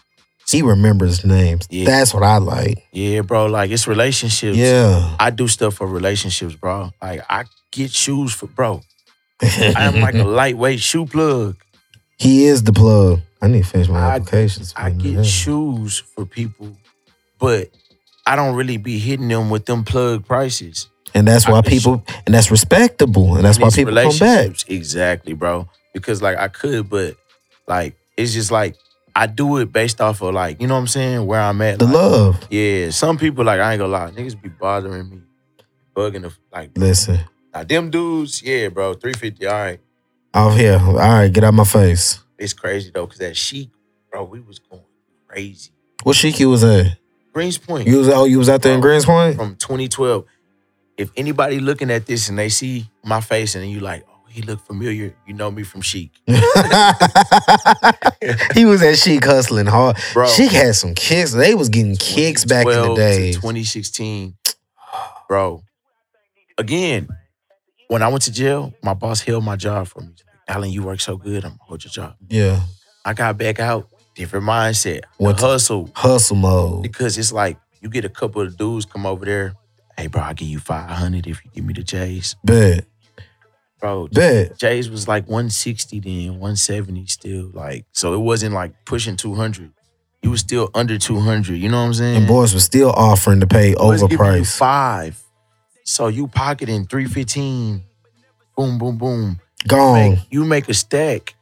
He remembers names. Yeah. That's what I like. Yeah, bro. Like it's relationships. Yeah. I do stuff for relationships, bro. Like I get shoes for bro. I am like a lightweight shoe plug. he is the plug. I need to finish my I- applications. I man. get Yeah. shoes for people, but I don't really be hitting them with them plug prices. And that's I why get people and that's respectable. And that's in why these people come back. relationships. Exactly, bro. Because like I could, but like it's just like I do it based off of like, you know what I'm saying, where I'm at. The like, love. Yeah. Some people like I ain't gonna lie, niggas be bothering me, bugging the like Listen. now them dudes, yeah, bro, 350, all right. Off here. All right, get out my face. It's crazy though, cause that sheik, bro, we was going crazy. What chic you was at? Greens Point You was oh, you was out there in Bro. Grants Point? from 2012. If anybody looking at this and they see my face and you like, oh, he he looked familiar. You know me from Chic, he was at Chic hustling hard. bro. Chic had some kicks. They was getting kicks back in the 2012 to day. 2016, bro. Again, when I went to jail, my boss held my job for me. He's like, Alan, you work so good. I'm gonna hold your job. Yeah, I got back out, different mindset, What- what hustle, hustle mode. because it's like you get a couple of dudes come over there. Hey, bro, I'll give you 500 if you give me the J's. Bet, Bro, bet. J's was like 160 then, 170 still. Like, so it wasn't like pushing 200. You was still under 200. You know what I'm saying? And boys was still offering to pay Let's Mm. give you overpriced. Five. So you pocketing 315. Boom, boom, boom. Gone Make- you make a stack.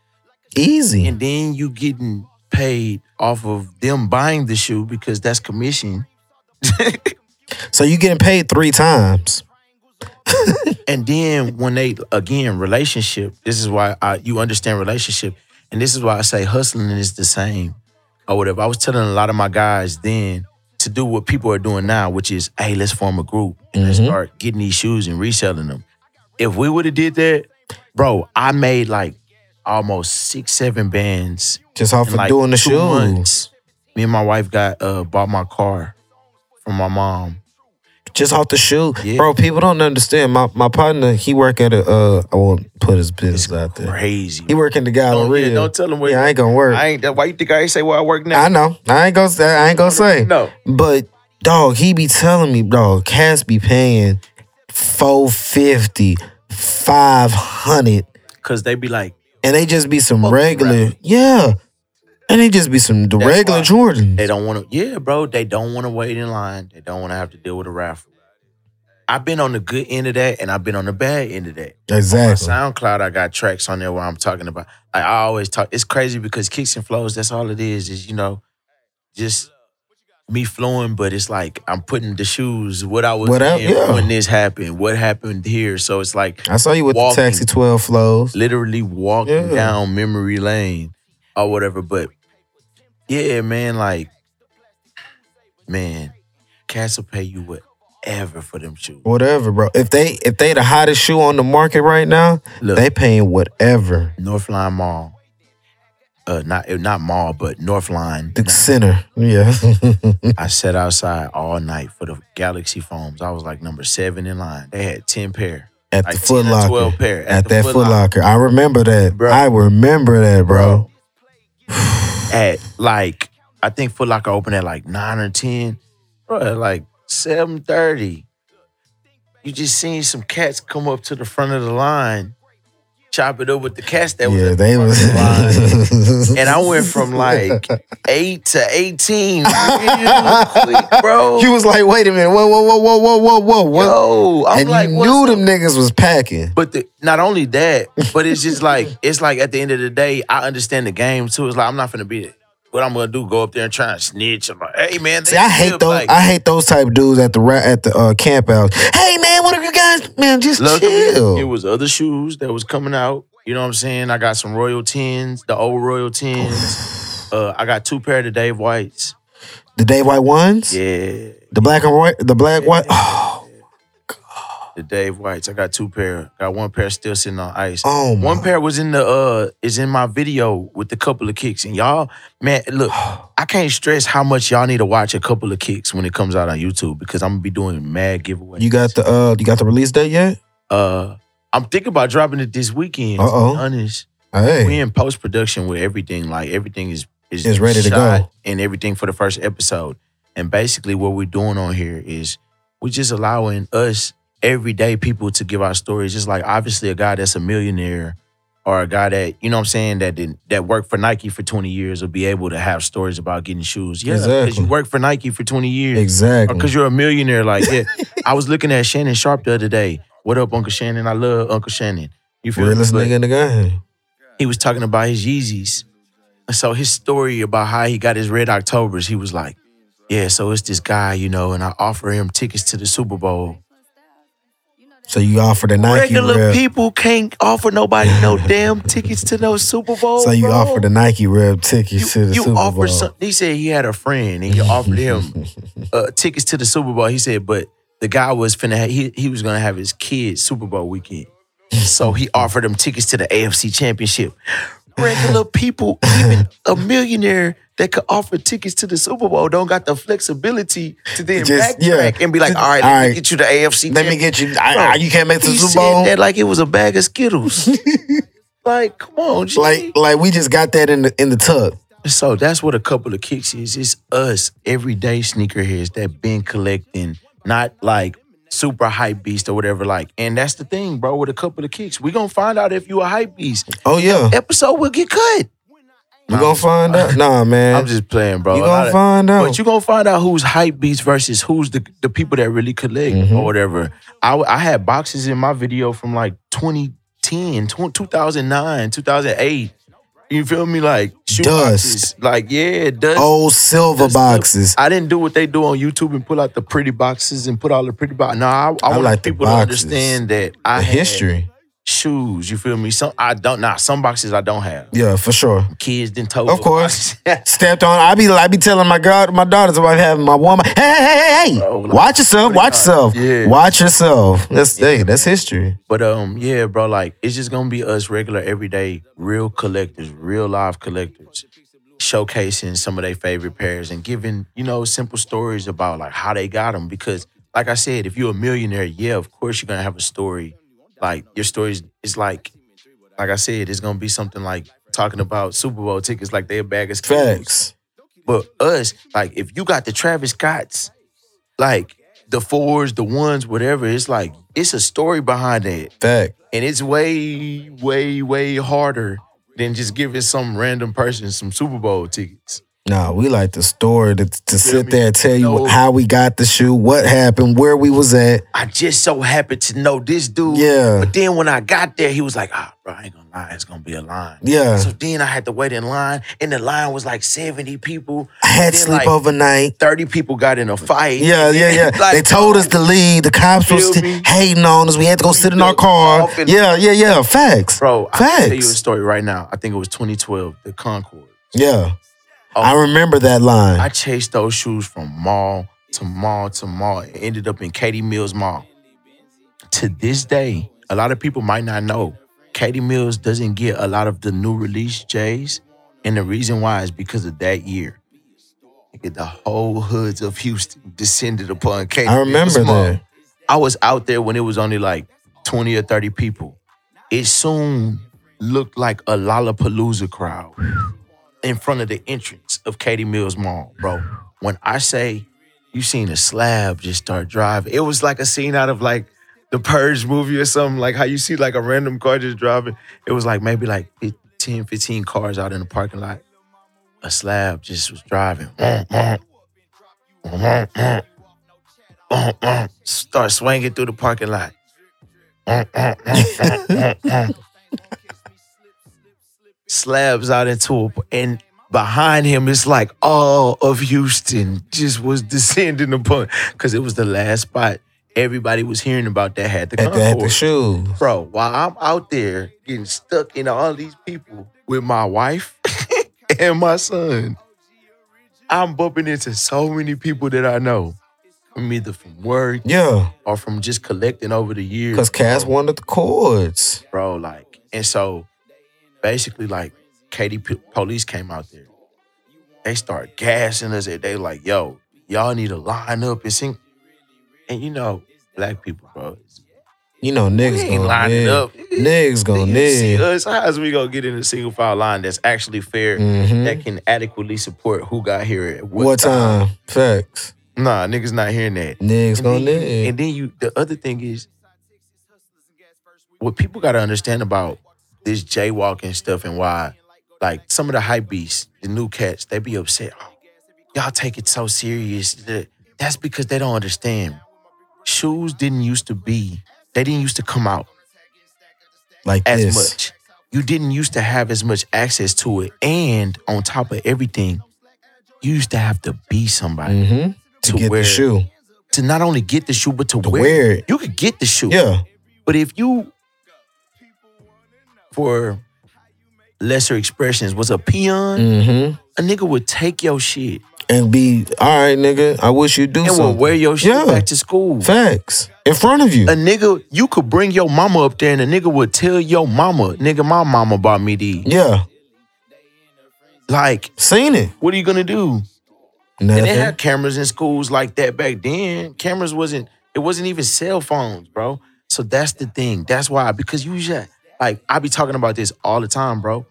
easy. and then you getting paid off of them buying the shoe because that's commission. So you getting paid three times. And then when they again relationship, this is why I you understand relationship, and this is why I say hustling is the same or whatever. I was telling a lot of my guys then to do what people are doing now, which is hey, let's form a group and let's Mhm. start getting these shoes and reselling them. If we would have did that, bro, I made like almost six, seven bands Just off in, of like, doing the two shoes. months. Me and my wife got uh bought my car from my mom. Just off the shoe. Yeah. Bro, people don't understand. My my partner, he work at a uh I won't put his business out there. Crazy. He work in the Don't, yeah, gallery. don't tell them where yeah, I ain't gonna work. I ain't that why you think I ain't say where I work now? I know. I ain't gonna say. I ain't gonna say. No. But dog, he be telling me, dog, Cass be paying 450, 500, Cause they be like, and they just be some Fucking regular, rapper. yeah, and they just be some the That's regular why Jordans. they don't wanna yeah, bro, they don't wanna wait in line. They don't wanna have to deal with a raffle. I've been on the good end of that and I've been on the bad end of that. My exactly. SoundCloud, I got tracks on there where I'm talking about. Like, I always talk. It's crazy because kicks and flows. That's all it is. Is you know, just me flowing. But it's like I'm putting the shoes. What I was What I- in yeah. when this happened. What happened here. So it's like I saw you with walking. the taxi twelve flows. literally walking Yeah. down memory lane or whatever. But yeah, man, like man, Cass will pay you whatever for them shoes. Whatever, bro. If they if they the hottest shoe on the market right now, Look, they paying whatever. Northline Mall. Uh, not eh, not mall, but Northline. The center, yeah. I sat outside all night for the Galaxy foams. I was like number seven in line. They had ten pair, at like the Foot 10 or twelve Locker. pair At, that Foot Locker, I remember that. Bro. I remember that, bro. At like I think Foot Locker opened at like nine or ten, bro. At like seven thirty, you just seen some cats come up to the front of the line, chop it up with the cats that was yeah, at the they front of the line. was. And I went from like eight to eighteen, real quick, bro. He was like, wait a minute, whoa, whoa, whoa, whoa, whoa, whoa, whoa, whoa. Yo, I'm And like, you what's knew up? them niggas was packing. But the, not only that, but it's just like it's like at the end of the day, I understand the game too. It's like I'm not gonna be what I'm gonna do. Go up there and try and snitch. I'm like, hey man, they See, I good, hate those. like, I hate those type dudes at the ra- at the uh, camp out. Hey man, one of you guys, man, just luckily, chill. it was other shoes that was coming out. You know what I'm saying? I got some Royal Tens, the old Royal Tens. Uh, I got two pair of the Dave Whites. the day white ones, Yeah, the black and white, the black white. Oh, the Dave Whites. I got two pair. Got one pair still sitting on ice. oh One my- pair was in the uh is in my video with a couple of kicks. And y'all, man, look, I can't stress how much y'all need to watch a couple of kicks when it comes out on YouTube because I'm gonna be doing mad giveaways. You got the uh, you got the release date yet? uh I'm thinking about dropping it this weekend. to be Uh-oh. honest. We Hey, in post production with everything, like everything is is It's ready to go. shot and everything for the first episode. And basically what we're doing on here is we're just allowing us everyday people to give our stories. Just like obviously a guy that's a millionaire or a guy that, you know what I'm saying, that didn't that worked for Nike for 20 years will be able to have stories about getting shoes. Yeah, because Exactly. you worked for Nike for 20 years. Or exactly. because you're a millionaire. Like, yeah. I was looking at Shannon Sharp the other day. What up, Uncle Shannon? I love Uncle Shannon. You feel me? Realest But nigga in the game. He was talking about his Yeezys. And so his story about how he got his Red Octobers, he was like, yeah, so it's this guy, you know, and I offer him tickets to the Super Bowl. So you offer the Nike Regular rep. people can't offer nobody no damn tickets to no Super Bowl. So you bro. offer the Nike rep tickets to the you Super offer Bowl. some- he said he had a friend and you offered him uh, tickets to the Super Bowl. He said, but the guy was finna ha- he he was gonna have his kids Super Bowl weekend. So he offered him tickets to the AFC Championship. Regular people, even a millionaire that could offer tickets to the Super Bowl, don't got the flexibility to then backtrack Just- yeah. and be like, "All right, All let me right. get you the AFC." Let me championship." get you. I, I, you can't make the he Super said Bowl. that like it was a bag of Skittles. like, come on, G. Like, like we just got that in the in the tub. So that's what a couple of kicks is. It's us everyday sneakerheads that been collecting, not like super hype beast or whatever. Like, and that's the thing, bro. With a couple of kicks, we gonna find out if you a hype beast. Oh yeah, Episode will get cut. we gonna find out. Nah, man. I'm just playing, bro. you A lot gonna of- find out. But you gonna find out who's hype beats versus who's the the people that really collect Mhm. or whatever. I I had boxes in my video from like 2010, tw- 2009, 2008. You feel me? Like shoe Dust. boxes. Like yeah, dust. old silver Dust up. boxes. I didn't do what they do on YouTube and pull out the pretty boxes and put all the pretty boxes. No, I, I, I want like the people to boxes. understand that I The had history. shoes. You feel me? Some I don't. Nah, some boxes I don't have. Yeah, for sure. Kids didn't told. Of me. course. Stepped on. I be I be telling my girl, my daughters about having my woman. Hey, hey, hey, hey, hey! Bro, like, watch yourself. Watch yourself. Yeah. Watch yourself. That's hey, that's history. But um, yeah, bro, like it's just gonna be us regular, everyday, real collectors, real live collectors, showcasing some of their favorite pairs and giving you know simple stories about like how they got them. Because like I said, if you're a millionaire, yeah, of course you're gonna have a story. Like your story is, is like, like I said, it's gonna be something like talking about Super Bowl tickets, like they're a bag of Skittles. Facts. But us, like, if you got the Travis Scotts, like the fours, the ones, whatever, it's like it's a story behind it. Fact. And it's way, way, way harder than just giving some random person some Super Bowl tickets. Nah, we like the story to, to sit me? there and tell you No. how we got the shoe, what happened, where we was at. I just so happened to know this dude. Yeah. But then when I got there, he was like, ah, bro, I ain't gonna lie, it's gonna be a line. Yeah. So then I had to wait in line, and the line was like 70 people. I had Then, sleep like, overnight. 30 people got in a fight. Yeah, yeah, yeah. Like, they told us to leave. The cops was Feel sti- me? hating on us. We had to go sit in our took car. off and- Yeah, yeah, yeah. Facts. Bro, I can tell you a Facts. story right now. I think it was 2012, the Concord. Yeah. I remember that line. Oh. I chased those shoes from mall to mall to mall. It ended up in Katie Mills Mall. To this day, a lot of people might not know, Katie Mills doesn't get a lot of the new release J's. And the reason why is because of that year. Nigga, The whole hoods of Houston descended upon Katie I remember Mills Mall. that. I was out there when it was only like 20 or 30 people. It soon looked like a Lollapalooza crowd in front of the entrance of Katie Mills Mall, bro. When I say you seen a slab just start driving, it was like a scene out of like the Purge movie or something, like how you see like a random car just driving. It was like maybe like 10, 15 cars out in the parking lot. A slab just was driving. Start swinging through the parking lot. slabs out into a and behind him it's like all of Houston just was descending upon because it was the last spot everybody was hearing about that had the At the, at the Concord. shoe. Bro, while I'm out there getting stuck in all these people with my wife and my son, I'm bumping into so many people that I know. From either from work Yeah. or from just collecting over the years. Because Cass wanted the chords. bro. Like, and so basically, like, Katy P- police came out there. They start gassing us. and They like, yo, y'all need to line up and sing. And you know, black people, bro, You know, we niggas ain't gonna lining nig. up. Niggas gonna You see nig. us? How's we gonna get in a single file line that's actually fair? hmm That can adequately support who got here at what, What time? Facts. Nah, niggas not hearing that. Niggas And then, gonna you, and nig. then you, the other thing is, what people got to understand about this jaywalking stuff and why, like some of the hype beasts, the new cats, they be upset. "Oh, y'all take it so serious. The- That's because they don't understand. Shoes didn't used to be, they didn't used to come out Like as this. much. You didn't used to have as much access to it. And on top of everything, you used to have to be somebody Mm-hmm. To, To get wear. the shoe. to not only get the shoe, but to, wear, wear it. it. You could get the shoe. Yeah. But if you, for lesser expressions, was a peon, Mm-hmm. a nigga would take your shit and be all right, nigga. I wish you do And will something. wear your shit Yeah. back to school. Facts in front of you. a nigga, you could bring your mama up there and a nigga would tell your mama, nigga, my mama bought me these. yeah, Like, seen it. what are you gonna do? And they Nothing. had cameras in schools like that back then. Cameras wasn't, it wasn't even cell phones, bro. So that's the thing. That's why, because you just, like, I be talking about this all the time, bro.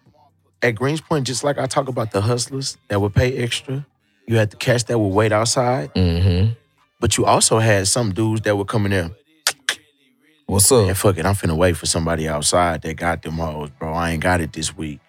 At Greens Point, just like I talk about the hustlers that would pay extra, you had the cats that would wait outside, Mm-hmm. but you also had some dudes that would come in there What's up? And fuck it, I'm finna wait for somebody outside that got them hoes, bro. I ain't got it this week.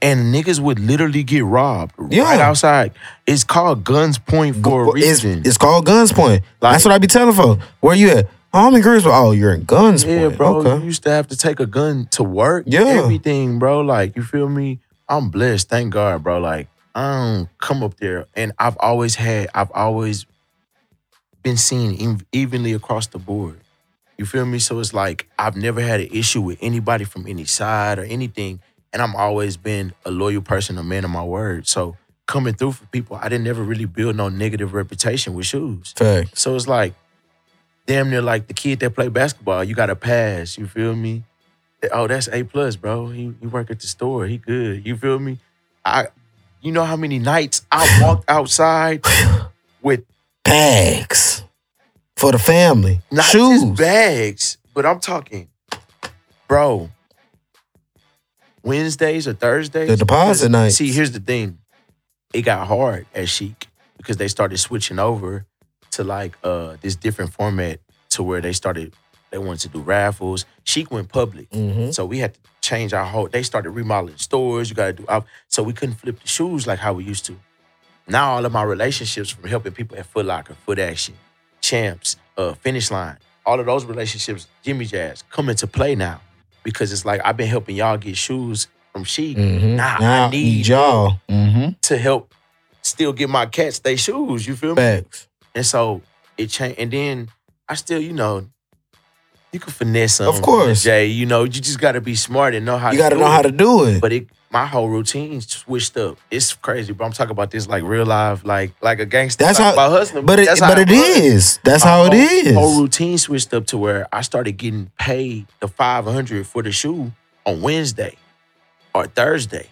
And niggas would literally get robbed right Yeah. outside. It's called guns point for a It's, reason. it's called guns point. Like- That's what I be telling folks. Where you at? Oh, I'm in Greensboro. Oh, you're in guns yeah, point. bro. You Okay. used to have to take a gun to work. Yeah. Everything, bro. Like, you feel me? I'm blessed. Thank God, bro. Like, I don't come up there. And I've always had, I've always been seen ev- evenly across the board. You feel me? So it's like I've never had an issue with anybody from any side or anything. And I'm always been a loyal person, a man of my word. So coming through for people, I didn't ever really build no negative reputation with shoes. Fact. So it's like, damn near like the kid that play basketball. You got to pass. You feel me? That- Oh, that's A plus, bro. He, he work at the store. He good. You feel me? I, you know how many nights I walked outside with Bags for the family. not Shoes. just bags, but I'm talking, bro. Wednesdays or Thursdays. The deposit because- nights. See, here's the thing. It got hard at Chic because they started switching over to like uh this different format to where they started they wanted to do raffles. Chic went public. mm-hmm. So we had to change our whole. They started remodeling stores. You got to do out. So we couldn't flip the shoes like how we used to. Now all of my relationships from helping people at Foot Locker, Foot Action, Champs, uh, Finish Line, all of those relationships, Jimmy Jazz, come into play now because it's like I've been helping y'all get shoes from Sheik Mm-hmm. Nah, I now need- y'all. Mm-hmm. to help still get my cats they shoes. You feel me? Facts. And so it changed. And then I still, you know, you can finesse Of something, course. Jay. You know, you just got to be smart and know how. You to got to do know it. how to do it. But it, my whole routine switched up. It's crazy, but I'm talking about this like real life, like like a gangster. That's like my how- hustling. But it, that's how but it was. is. That's My how it whole- is. Whole routine switched up to where I started getting paid the 500 for the shoe on Wednesday or Thursday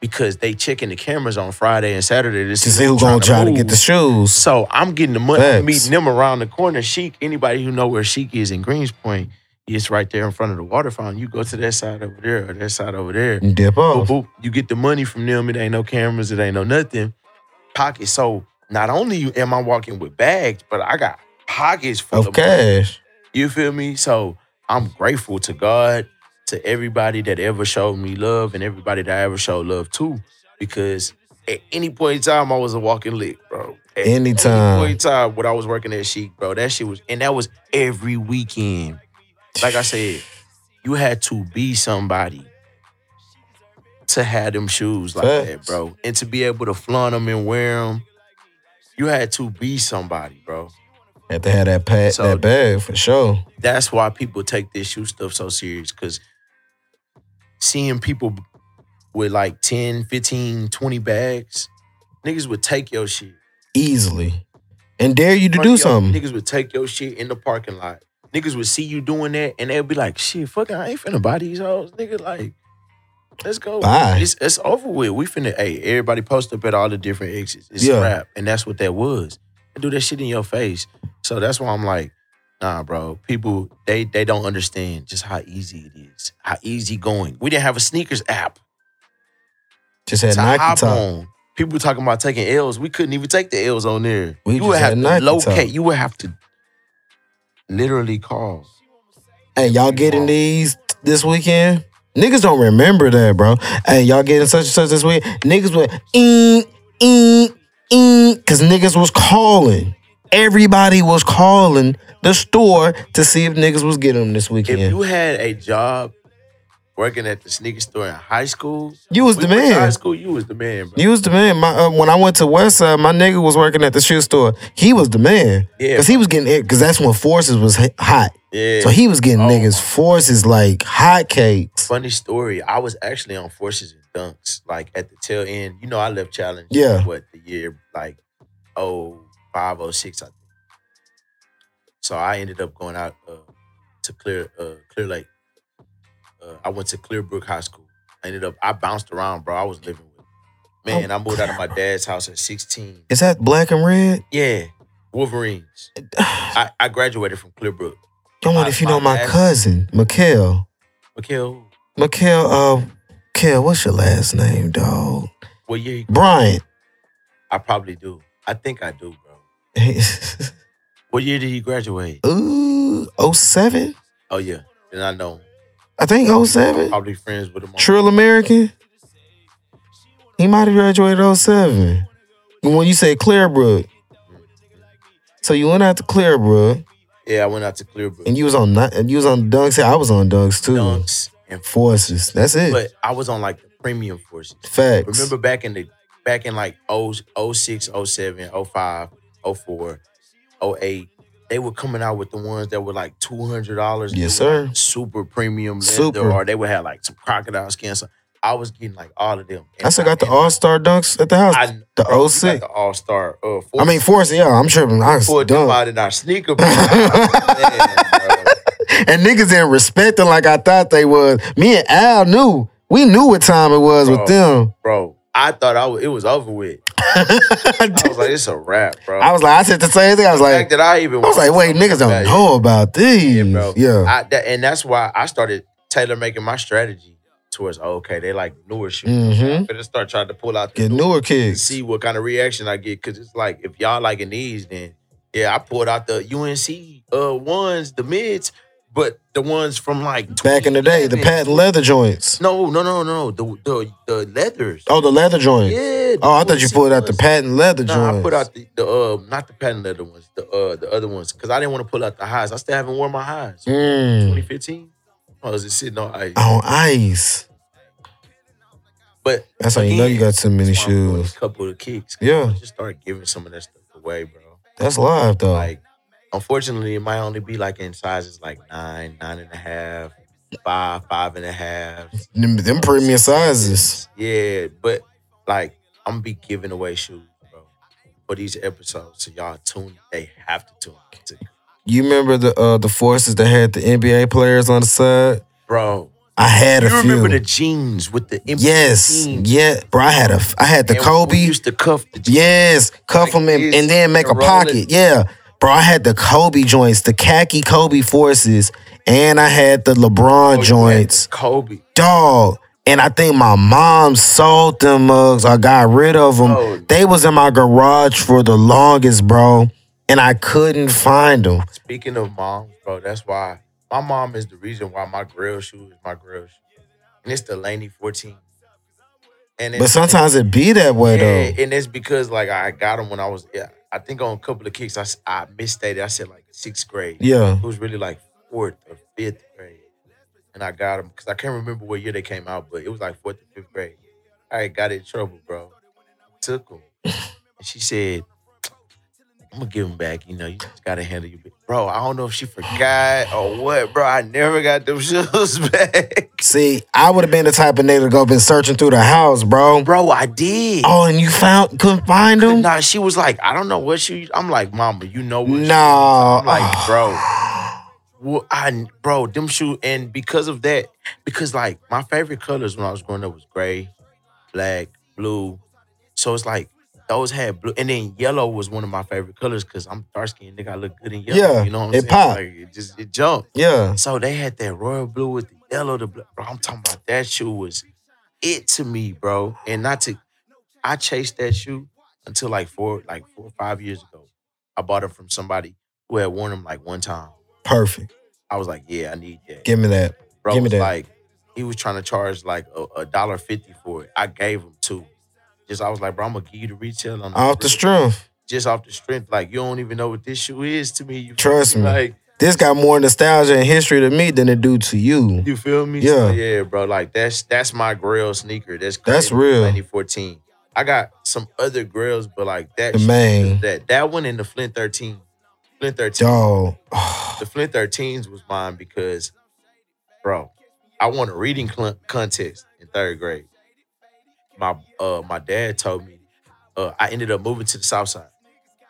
because they checking the cameras on Friday and Saturday to To see, see who who's gonna tryna try to move. get the shoes. So I'm getting the money, Facts. meeting them around the corner. Sheik, anybody who know where Sheik is in Greens Point, it's right there in front of the water fountain. You go to that side over there or that side over there And dip boop, off. boop. You get the money from them. It ain't no cameras. It ain't no nothing. Pockets. So not only am I walking with bags, but I got pockets full Of of money. cash. You feel me? So I'm grateful to God, to everybody that ever showed me love, and everybody that I ever showed love to, because at any point in time I was a walking lick, bro. At Anytime. any point in time when I was working at Chic, bro, that shit was, and that was every weekend. Like I said, you had to be somebody to have them shoes like that, Facts. bro, and to be able to flaunt them and wear them. You had to be somebody, bro. Had to have that pat So- that bag for sure. that's why people take this shoe stuff so serious because seeing people with like 10 15 20 bags niggas would take your shit Easily. And dare you to do Yo, something. niggas would take your shit in the parking lot niggas would see you doing that and they'd be like shit fucking i ain't finna buy these hoes nigga like let's go Bye. it's, it's over with we finna hey everybody post up at all the different exits it's Yeah. rap and that's what that was They do that shit in your face so that's why i'm like Nah, bro. People they they don't understand just how easy it is, how easy going. We didn't have a sneakers app Just had to Nike hop top. on. People talking about taking L's. We couldn't even take the L's on there. We you would just have had to Nike locate. Talk. You would have to literally call. Hey, y'all getting these t- this weekend? Niggas don't remember that, bro. Hey, y'all getting such and such this week? Niggas went eek, eek, eek, cause niggas was calling. Everybody was calling the store to see if niggas was getting them this If weekend. you had a job working at the sneaker store in high school, You was we the went to man. High school, you was the man, bro. You was the man. My uh, when I went to Westside, my nigga was working at the shoe store. He was the man. Yeah. Cause he was getting it. Cause that's when forces was hi- hot. yeah. So he was getting Oh. niggas forces like hotcakes. Funny story. I was actually on forces and dunks, like at the tail end. You know, I left challenge. Yeah. What the year like oh five oh six, I think. So I ended up going out uh, to Clear uh, Clear Lake. Uh, I went to Clearbrook High School. I ended up I bounced around, bro. I was living with man. Oh, I moved out of my dad's house at sixteen. Is that black and red? Yeah, Wolverines. I, I graduated from Clearbrook. Don't my- want if you know my my last- cousin, Mikhail. Mikhail, Mikhail, uh, Mikhail, what's your last name, dog? what year? you- Bryant. I probably do. I think I do, bro. Ooh, What year did he graduate? 07? Oh yeah, then I know. I think 07. Probably friends with him. on- Trill American? He might have graduated 07. When you say Clearbrook. So you went out to Clearbrook Yeah, I went out to Clearbrook. and you was on ni- and you was on Dunks. I was on Dunks too. Dunks and Forces. That's it. but I was on like the premium forces. Facts. Remember back in the back in like oh, 0, 06, 07, 05, 04, 08, they were coming out with the ones that were like two hundred dollars. Yes, sir. Super premium leather, Super. or they would have like some crocodile skin. So I was getting like all of them. I still got the And All Star Dunks at the house. I, the bro, we 06. got the all star. Uh, I, mean, Forces. Yeah, I'm tripping. I was pulled them dunk. out in our sneaker. bro. Man, bro. and niggas didn't respect them like I thought they was. Me and Al knew. We knew what time it was Bro. with them. bro. I thought I was, it was over with. I was like, it's a wrap, bro. I was like, I said the same thing. I was the like, fact that I even I was like, wait, niggas don't know about these. bro. Yeah. I, that, and that's why I started tailor making my strategy towards oh, okay, they like newer shit. Mm-hmm. I'm gonna start trying to pull out the Get newer and kids. see what kind of reaction I get because it's like if y'all liking these, then yeah, I pulled out the UNC uh ones, the mids, but the ones from like Back in the day, the 2011. patent leather joints. No, no, no, no, the the the leathers. Oh, the leather joints. yeah. Oh, I thought you pulled out the pattern. patent leather No, joints. I put out the, the uh, not the patent leather ones, the uh, the other ones, because I didn't want to pull out the highs. I still haven't worn my highs. Mm. 2015, I was just sitting on ice. On ice. But That's how you know you got too many that's why I'm doing shoes. a couple of kicks. Yeah. just start giving some of that stuff away, bro. That's live though. Like, unfortunately, it might only be like in sizes like nine, nine and a half, five, five and a half. them, them premium sizes. Yeah, but like I'm gonna be giving away shoes, bro, for these episodes. So y'all tune. They have to tune. To, You remember the uh, the forces that had the NBA players on the side? bro. I had a You few. remember the jeans with the empty yes, jeans? yeah, bro. I had a, f- I had the And Kobe. We used to cuff the jeans. Yes, cuff Like them and, this, and then make a and roll pocket. it. Yeah, bro. I had the Kobe joints, the khaki Kobe forces, and I had the LeBron Oh, you had joints, Kobe. dog. And I think my mom sold them mugs or got rid of them. Oh. They was in my garage for the longest, bro, and I couldn't find them. Speaking of moms, bro, that's why my mom is the reason why my grill shoe is my grill shoe, and it's the Laney 14. And But sometimes it be that way yeah, though. and it's because like I got them when I was yeah, I think on a couple of kicks I s- I misstated. I said like sixth grade. Yeah, It was really like fourth or fifth grade, and I got them because I can't remember what year they came out, but it was like fourth or fifth grade. I got in trouble, bro. Took them, and she said, "I'm gonna give them back." You know, you just gotta handle your bit, bro. I don't know if she forgot or what, bro. I never got them shoes back, see, I would have been the type of nigga to go been searching through the house, bro. bro. I did. Oh, and you found couldn't find them. Nah, she was like, I don't know what she. I'm like, Mama, you know what? she- No. I'm like, bro. Well, I bro, them shoes, and because of that, because like my favorite colors when I was growing up was gray, black, blue. So it's like those had blue, and then yellow was one of my favorite colors because I'm dark skinned nigga. I look good in yellow. Yeah, you know what I'm it saying? pop. Like, it just it jumped. Yeah. So they had that royal blue with the yellow. The black. bro, I'm talking about that shoe was it to me, bro. And not to, I chased that shoe until like four, like four or five years ago. I bought it from somebody who had worn them like one time. Perfect. I was like, yeah, I need that. Give me that. Bro give me was that. like, he was trying to charge like a, a dollar fifty for it. I gave him two. Just I was like, bro, I'm gonna give you the retail on Off the strength. just off the strength. Like you don't even know what this shoe is to me. You feel Trust me. Like This got more nostalgia and history to me than it do to you. You feel me? Yeah. So, yeah, bro. Like that's that's my grail sneaker. That's That's created real. 2014. I got some other grails, but like that The shit- main. that that one and the Flint 13. Flint 13. Dog. The Flint 13s was mine because, bro, I won a reading cl- contest in third grade. My uh my dad told me uh I ended up moving to the South Side.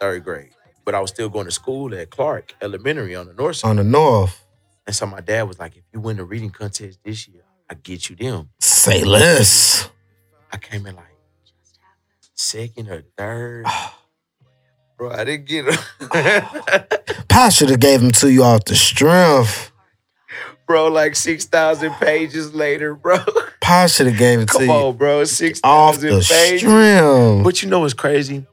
third grade, but I was still going to school at Clark Elementary on the north side. on the north. And so my dad was like, if you win the reading contest this year, I get you them. Say less. I came in like second or third. Bro, I didn't get it. Pa should have gave them to you off the strength. bro, like 6,000 pages later, bro. Pa should have gave it to Come you on, bro. off the 6,000 pages. strength. But you know what's crazy?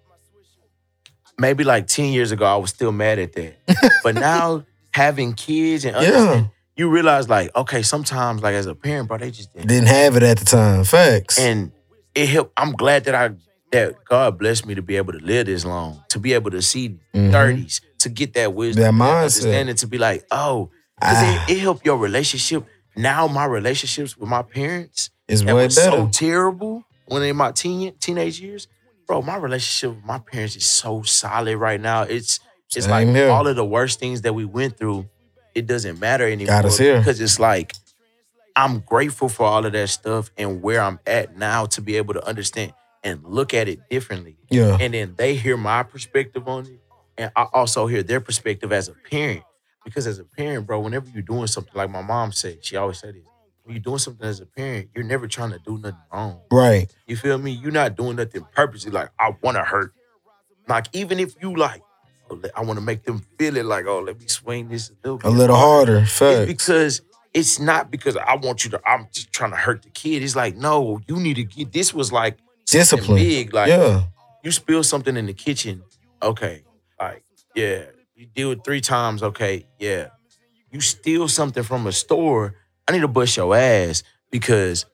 Maybe like 10 years ago, I was still mad at that. but now, having kids and Yeah, understand- you realize, like, okay, sometimes, like, as a parent, bro, they just didn't. didn't have it at the time. Facts. and it helped. I'm glad that I that God blessed me to be able to live this long, to be able to see Mhm. 30s, to get that wisdom, That mindset. understanding, to be like, oh, because Ah, it, it helped your relationship. Now my relationships with my parents it's that way better. was so terrible when in my teen teenage years, bro. My relationship with my parents is so solid right now. It's it's Same like here. all of the worst things that we went through. It doesn't matter anymore us here. because it's like I'm grateful for all of that stuff and where I'm at now to be able to understand and look at it differently. yeah, And then they hear my perspective on it. And I also hear their perspective as a parent. Because as a parent, bro, whenever you're doing something, like my mom said, she always said this when you're doing something as a parent, you're never trying to do nothing wrong. right. You feel me? You're not doing nothing purposely. Like I want to hurt. Like even if you like, oh, let- I want to make them feel it. Like oh, let me swing this a little bit. A little harder. It's Facts. because it's not because I want you to. I'm just trying to hurt the kid. It's like no, you need to get. This was like something Discipline. Big like Yeah, you spill something in the kitchen. Okay, like yeah, you do it three times. Okay, yeah, you steal something from a store. I need to bust your ass because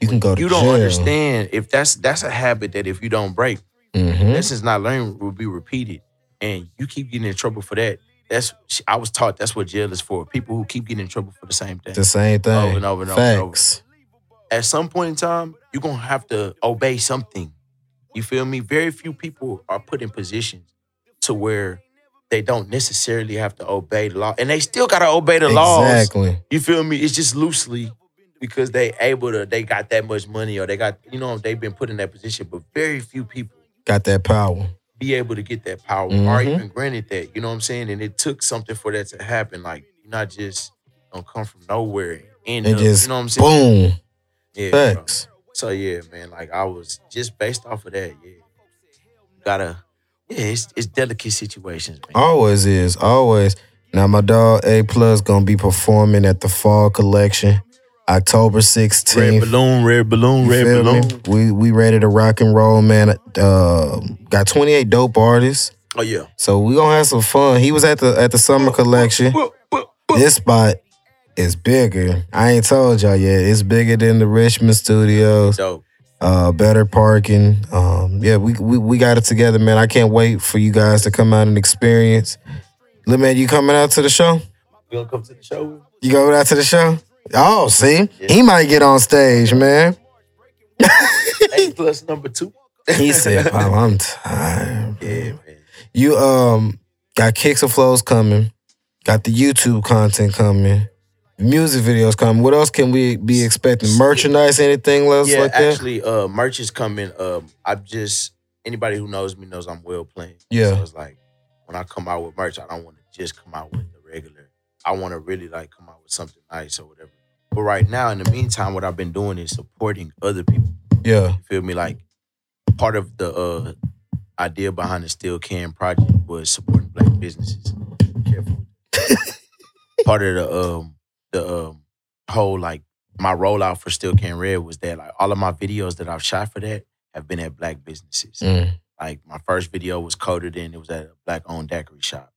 you can go to you jail. don't understand if that's that's a habit that if you don't break, Mhm. lessons not learned will be repeated, and you keep getting in trouble for that. That's I was taught that's what jail is for. People who keep getting in trouble for the same thing. The same thing. Over and over and over and over. Facts. At some point in time, you're gonna have to obey something. You feel me? Very few people are put in positions to where they don't necessarily have to obey the law, and they still gotta obey the laws. Exactly. You feel me? It's just loosely because they able to they got that much money or they got you know they've been put in that position, but very few people Got that power. be able to get that power or Mhm. even granted that. You know what I'm saying? And it took something for that to happen. Like you're not just don't come from nowhere. And It up, just you know what I'm saying? Boom. Yeah, bro. Facts. So yeah, man. Like I was just based off of that. Yeah, gotta. Yeah, it's it's delicate situations, man. Always is. Always. Now my dog A Plus gonna be performing at the Fall Collection, October Red sixteenth. balloon, red balloon, red balloon. We we ready to rock and roll, man. Uh, got twenty eight dope artists, Oh yeah. so we gonna have some fun. He was at the at the Summer Collection. Boop, boop, boop. This spot is bigger. I ain't told y'all yet. It's bigger than the Richmond Studios. Dope. uh better parking um yeah we, we we got it together man i can't wait for you guys to come out and experience Lil man you coming out to the show You gonna come to the show? you going out to the show oh see Yeah. he might get on stage man A plus number two. he said "Pop, i'm tired Yeah, bro." man. you um got kicks and flows coming got the youtube content coming music videos coming what else can we be expecting merchandise anything else yeah, like that actually, uh, merch is coming. Um, I've just anybody who knows me knows I'm well planned. Yeah. so it's like when I come out with merch, I don't want to just come out with the regular. I want to really like come out with something nice or whatever. But right now, in the meantime, what I've been doing is supporting other people. yeah You feel me? Like part of the uh, idea behind the Steel Can project was supporting black businesses. Careful. part of the um the um whole like my rollout for Still Can Red was that like all of my videos that I've shot for that have been at black businesses. Mm. Like my first video was coded in, it was at a black owned daiquiri shop.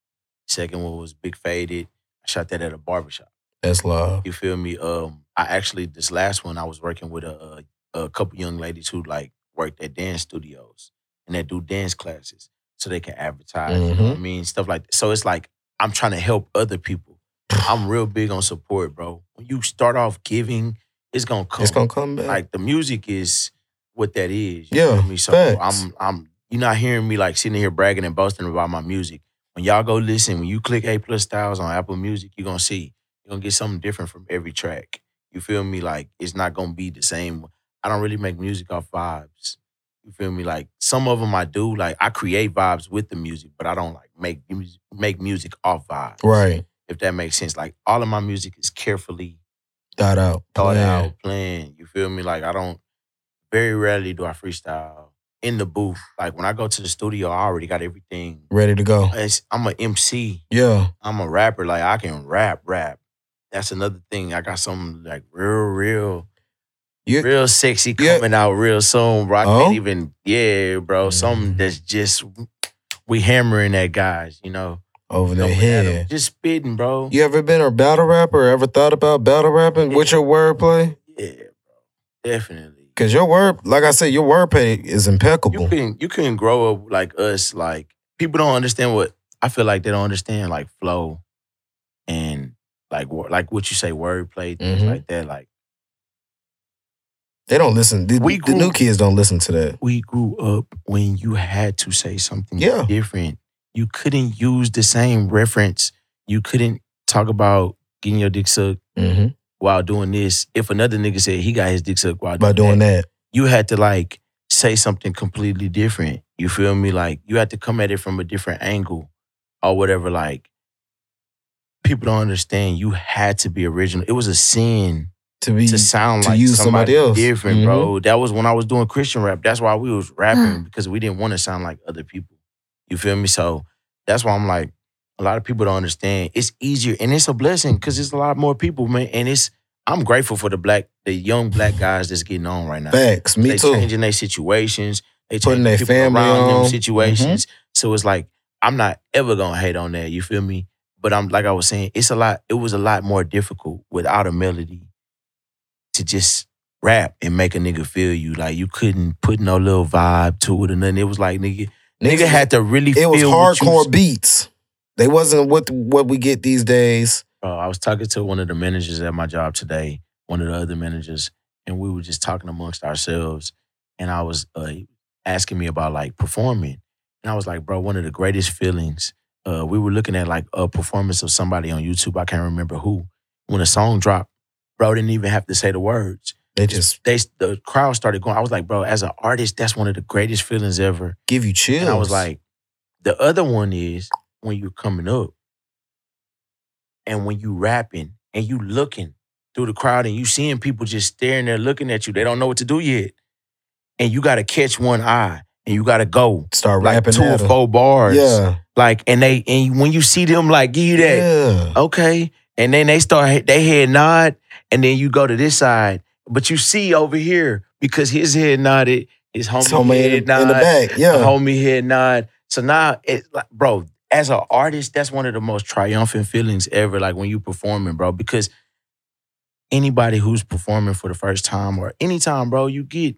Second one was Big Faded. I shot that at a barbershop. that's love You feel me? Um, I actually this last one I was working with a a, a couple young ladies who like worked at dance studios and that do dance classes so they can advertise. You Mm-hmm. know what I mean? Stuff like that. So it's like I'm trying to help other people. I'm real big on support, bro. When you start off giving, it's gonna come. it's gonna come back like the music is what that is. You Yeah, feel me? So facts. I'm I'm you're not hearing me like sitting here bragging and boasting about my music. When y'all go listen, when you click A plus styles on Apple Music, you're gonna see. You're gonna get something different from every track. You feel me? Like it's not gonna be the same. I don't really make music off vibes. You feel me? Like some of them I do. Like I create vibes with the music, but I don't like make music make music off vibes. Right. If that makes sense. Like all of my music is carefully Thought out. thought planned. out, planned. You feel me? Like I don't. Very rarely do I freestyle in the booth. Like when I go to the studio, I already got everything. Ready to go. It's, I'm a MC. Yeah. I'm a rapper. Like I can rap, rap. That's another thing. I got something like real, real, You- real sexy yeah. coming out real soon, bro. I Oh? can't even, yeah, bro. Something Mm. that's just we hammering at guys, you know. Over their Going at 'em. head. Just spitting, bro. You ever been a battle rapper? Ever thought about battle rapping with your wordplay? Yeah, bro. Definitely. Cause your word, like I said, your wordplay is you impeccable. can you can grow up like us. Like people don't understand what I feel like. They don't understand like flow and like wor- like what you say wordplay things Mhm. like that. Like They don't listen. The, We the grew- new kids don't listen to that. we grew up when you had to say something Yeah. different. You couldn't use the same reference. You couldn't talk about getting your dick sucked Mm-hmm. while doing this. If another nigga said he got his dick sucked while By doing that, that. you had to like say something completely different. You feel me? Like you had to come at it from a different angle or whatever. Like people don't understand. You had to be original. It was a sin to be to sound to like use somebody somebody, else. Mm-hmm. different, bro. That was when I was doing Christian rap. That's why we was rapping because we didn't want to sound like other people. You feel me? So that's why I'm like, a lot of people don't understand. It's easier and it's a blessing because it's a lot more people, man. And it's I'm grateful for the black, the young black guys that's getting on right now facts. Me they too. changing their situations. They changing Putting their people family around on. Mm-hmm. them situations. So it's like I'm not ever gonna hate on that. You feel me? But I'm like I was saying, it's a lot. It was a lot more difficult without a melody to just rap and make a nigga feel you. Like you couldn't put no little vibe to it or nothing. It was like nigga, nigga had to really. it feel was what you- hardcore beats. They wasn't what what we get these days. Bro, Uh, I was talking to one of the managers at my job today, one of the other managers, and we were just talking amongst ourselves. And I was uh, asking me about like performing, and I was like, "Bro, one of the greatest feelings." Uh, we were looking at like a performance of somebody on YouTube. I can't remember who. When a song dropped, bro, didn't even have to say the words. They just They the crowd started going. I was like, "Bro, as an artist, that's one of the greatest feelings ever." give you chills. And I was like, the other one is when you're coming up and when you rapping and you looking through the crowd and you seeing people just staring there looking at you. They don't know what to do yet. And you gotta catch one eye and you gotta go. start Like rapping two or at 'em. four bars. Yeah, Like and they and when you see them like give you that, yeah. okay. And then they start they head nod, and then you go to this side. But you see over here, because his head nodded, his homie So man, head in, the, nod in the back. Yeah, the homie head nod. So now it like, bro, as an artist, that's one of the most triumphant feelings ever. Like when you performing, bro, because anybody who's performing for the first time or anytime, bro, you get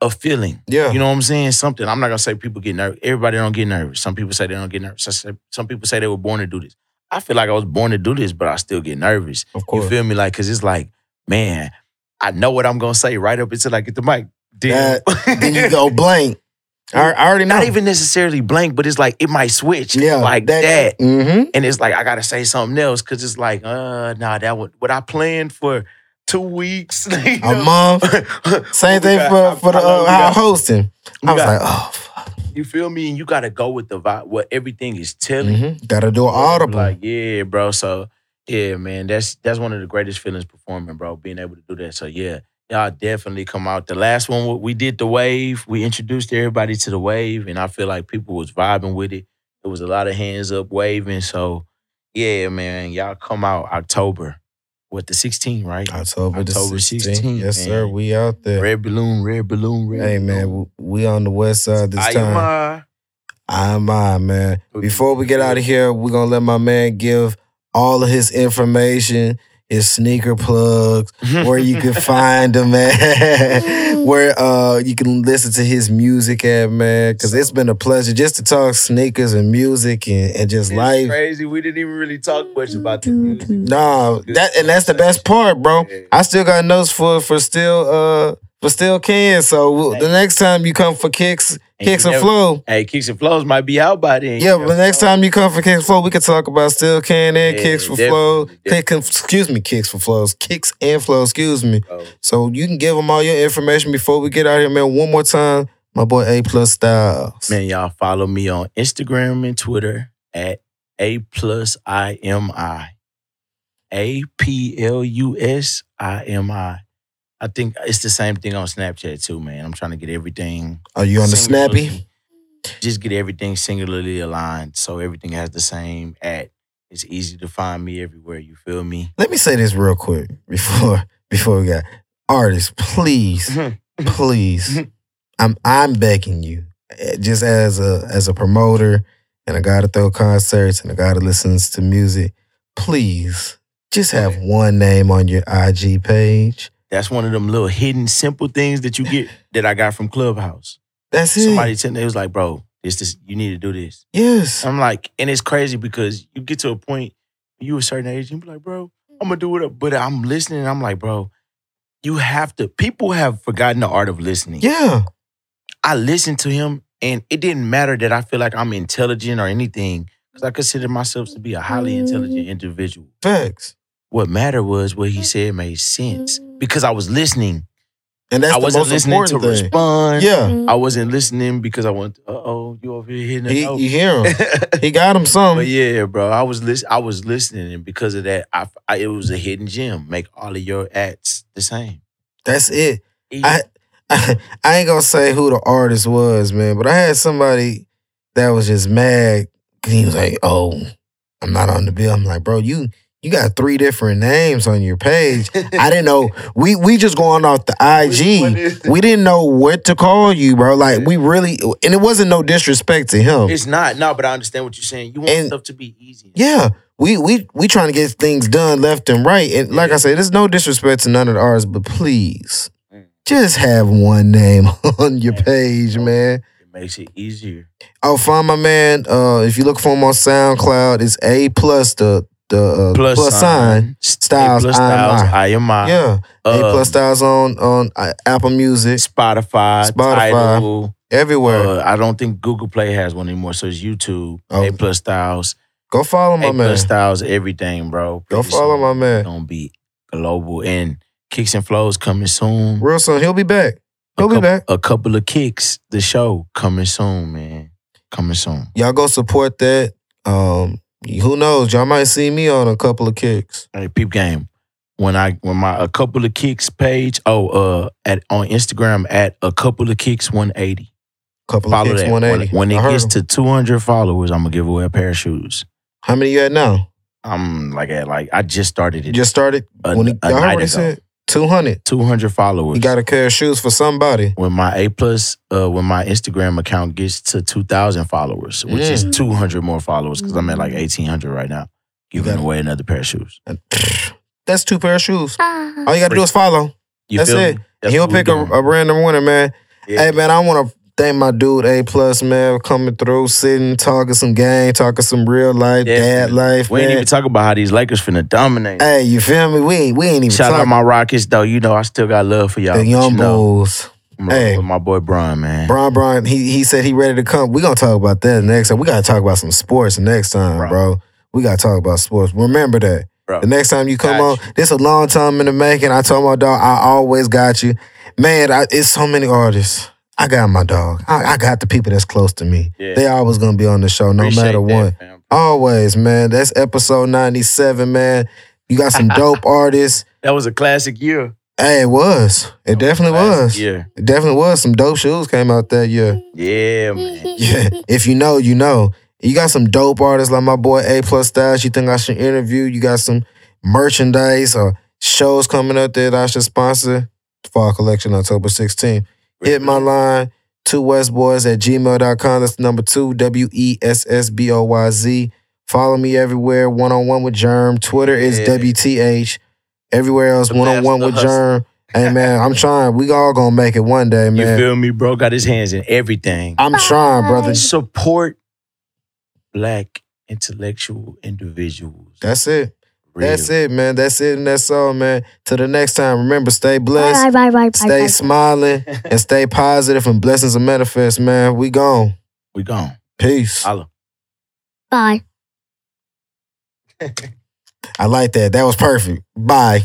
a feeling. yeah. You know what I'm saying? Something. I'm not gonna say people get nervous. Everybody don't get nervous. Some people say they don't get nervous. Some say- Some people say they were born to do this. I feel like I was born to do this, but I still get nervous. of You course. feel me? Like, cause it's like, man, I know what I'm gonna say right up until I get the mic. Damn. then you go blank. I, I already know. not even necessarily blank, but it's like it might switch yeah, like that. Mm-hmm. And it's like I gotta say something else because it's like, uh, nah, that what what I planned for two weeks. you A know? month. Same We thing got- for for the I know uh, we how got- hosting. we I was got- like, oh, fuck. you feel me? And you gotta go with the vibe, what everything is telling. Mhm. gotta do an you. audible. Like, yeah, bro. So yeah, man, that's that's one of the greatest feelings performing, bro. Being able to do that. So yeah, y'all definitely come out. The last one we did the wave. We introduced everybody to the wave, and I feel like people was vibing with it. It was a lot of hands up waving. So yeah, man, y'all come out October. What the 16th, right? October, the October 16th. 16th, Yes, sir. man. We out there. Red balloon, red balloon, red. Hey man, balloon. w- we on the west side this time. Ayuma. I'm on, man. Before we get out of here, we're gonna let my man give all of his information, his sneaker plugs, where you can find him at, where uh you can listen to his music at, man. Cause it's been a pleasure just to talk sneakers and music and, and just It's life. crazy. We didn't even really talk much about the music. Nah, that and that's the best part, bro. I still got notes for for still uh but still can. So we'll- the next time you come for kicks, And kicks you and never- flow. Hey, kicks and flows might be out by then. Yeah, but the next time you come for kicks and flow, we can talk about still can and Yeah, kicks for definitely, flow. definitely. Kick, excuse me, kicks for flows, kicks and flow. Excuse me. Oh, So you can give them all your information before we get out here, man. One more time, my boy A plus Styles. man, y'all follow me on Instagram and Twitter at A plus I M I. A P L U S I M I. I think it's the same thing on Snapchat too, man. I'm trying to get everything Are you on the Singularly. snappy? just get everything singularly aligned so everything has the same at. It's easy to find me everywhere. You feel me? Let me say this real quick before before we got artists. Please, please, Mhm. I'm I'm begging you, eh, just as a as a promoter and a guy to throw concerts and a guy that listens to music. Please, just have one name on your IG page. That's one of them little hidden simple things that you get that I got from Clubhouse. That's it. Somebody Uh, said they was like, bro, this this you need to do this. yes. I'm like, and it's crazy because you get to a point, you a certain age, you be like, bro, I'm gonna do it up. But I'm listening, and I'm like, bro, you have to people have forgotten the art of listening. Yeah. I listened to him, and it didn't matter that I feel like I'm intelligent or anything, because I consider myself to be a highly intelligent individual. Facts. What mattered was what he said made sense because I was listening. And that's I the wasn't most listening to important thing. respond. Yeah. I wasn't listening because I went, uh oh, you over here hitting a He, note. you hear him. He got him some. but yeah, bro, I was lis- I was listening, and because of that, I, I it was a hidden gem. Make all of your ads the same. That's it. I, I I ain't gonna say who the artist was, man, but I had somebody that was just mad. 'cause He was like, "Oh, I'm not on the bill." I'm like, "Bro, you you got three different names on your page." I didn't know. We we just going off the IG. We didn't know what to call you, bro. Like we really, and it wasn't no disrespect to him. It's not no, but I understand what you're saying. You want And- stuff to be easy. Yeah, we we we trying to get things done left and right. And like I said, there's no disrespect to none of the artists, but please, Mm. just have one name on your page, man. It makes it easier. Oh, find my man. Uh, if you look for him on SoundCloud, it's A plus the the uh, plus, plus sign. Styles, plus I am styles, I. I am I. Yeah, Um, A plus styles on on uh, Apple Music Spotify, Spotify, Tidal, everywhere. uh, I don't think Google Play has one anymore, so it's YouTube. Oh. A plus styles, Go follow my A man. plus styles, everything, bro. Go follow my man. Don't be global and kicks and flows coming soon. Real soon, he'll be back. He'll a be couple, back. A couple of kicks. The show coming soon, man. Coming soon. Y'all go support that. Um, who knows? Y'all might see me on a couple of kicks. Hey, peep game. When I when my a couple of kicks page, oh uh at on Instagram at a couple of kicks one eighty. Couple Follow of kicks, that. one When, eighty. when it gets to two hundred followers, I'm gonna give away a pair of shoes. how many you at now? I'm like at like I just started You it. just started. a, when he, a y'all heard night what he ago. said? Two hundred. Two hundred followers. You got a pair of shoes for somebody. when my A plus, uh, when my Instagram account gets to two thousand followers, which is Mm. two hundred more followers because I'm at like eighteen hundred right now, giving Mm. got it. away another pair of shoes. And, That's two pair of shoes. Ah. All you gotta do is follow. You That's feel it. me? And That's he'll what we pick a, doing. a random winner, man. Yeah. Hey man, I wanna thank my dude A plus man for coming through, sitting, talking some game, talking some real life, dad Definitely. life, We ain't man. even talk about how these Lakers finna dominate. hey, you feel me? We ain't we ain't even Shout out talking my Rockets though. You know I still got love for y'all. the but young you know, bulls. I'm rocking Hey. with my boy Brian, man. Bron Bron, he he said he ready to come. We gonna talk about that next time. We gotta talk about some sports next time, Bro. bro. We gotta talk about sports. Remember that. Bro. The next time you come Got on, this a long time in the making. I told my dog, I always got you, man. I, it's so many artists. I got my dog. I, I got the people that's close to me. Yeah. They always gonna be on the show, no Appreciate matter that, what. man. Always, man. That's episode ninety seven, man. You got some dope artists. That was a classic year. Hey, it was. It definitely was. Yeah. It definitely was. Some dope shoes came out that year. Yeah, man. Yeah, if you know, you know. You got some dope artists like my boy A Plus Styles. You think I should interview? You got some merchandise or shows coming up that I should sponsor? Fall collection October 16th. Hit my line, two westboys at gmail.com. That's the number two, W E S S B O Y Z. Follow me everywhere, one on one with Germ. Twitter is Yeah. WTH. Everywhere else, The one on one with master hustler. Germ. Hey, man, I'm trying. We all gonna make it one day, You man. feel me, bro? Got his hands in everything. I'm trying, brother. Support black intellectual individuals. That's it. Real. That's it, man. That's it, and that's all, man. Till the next time, remember, stay blessed, Bye, bye, bye, bye, stay bye. smiling, and stay positive, and blessings are manifest, man. We gone. We gone. Peace. Holla. Bye. I like that. That was perfect. Bye.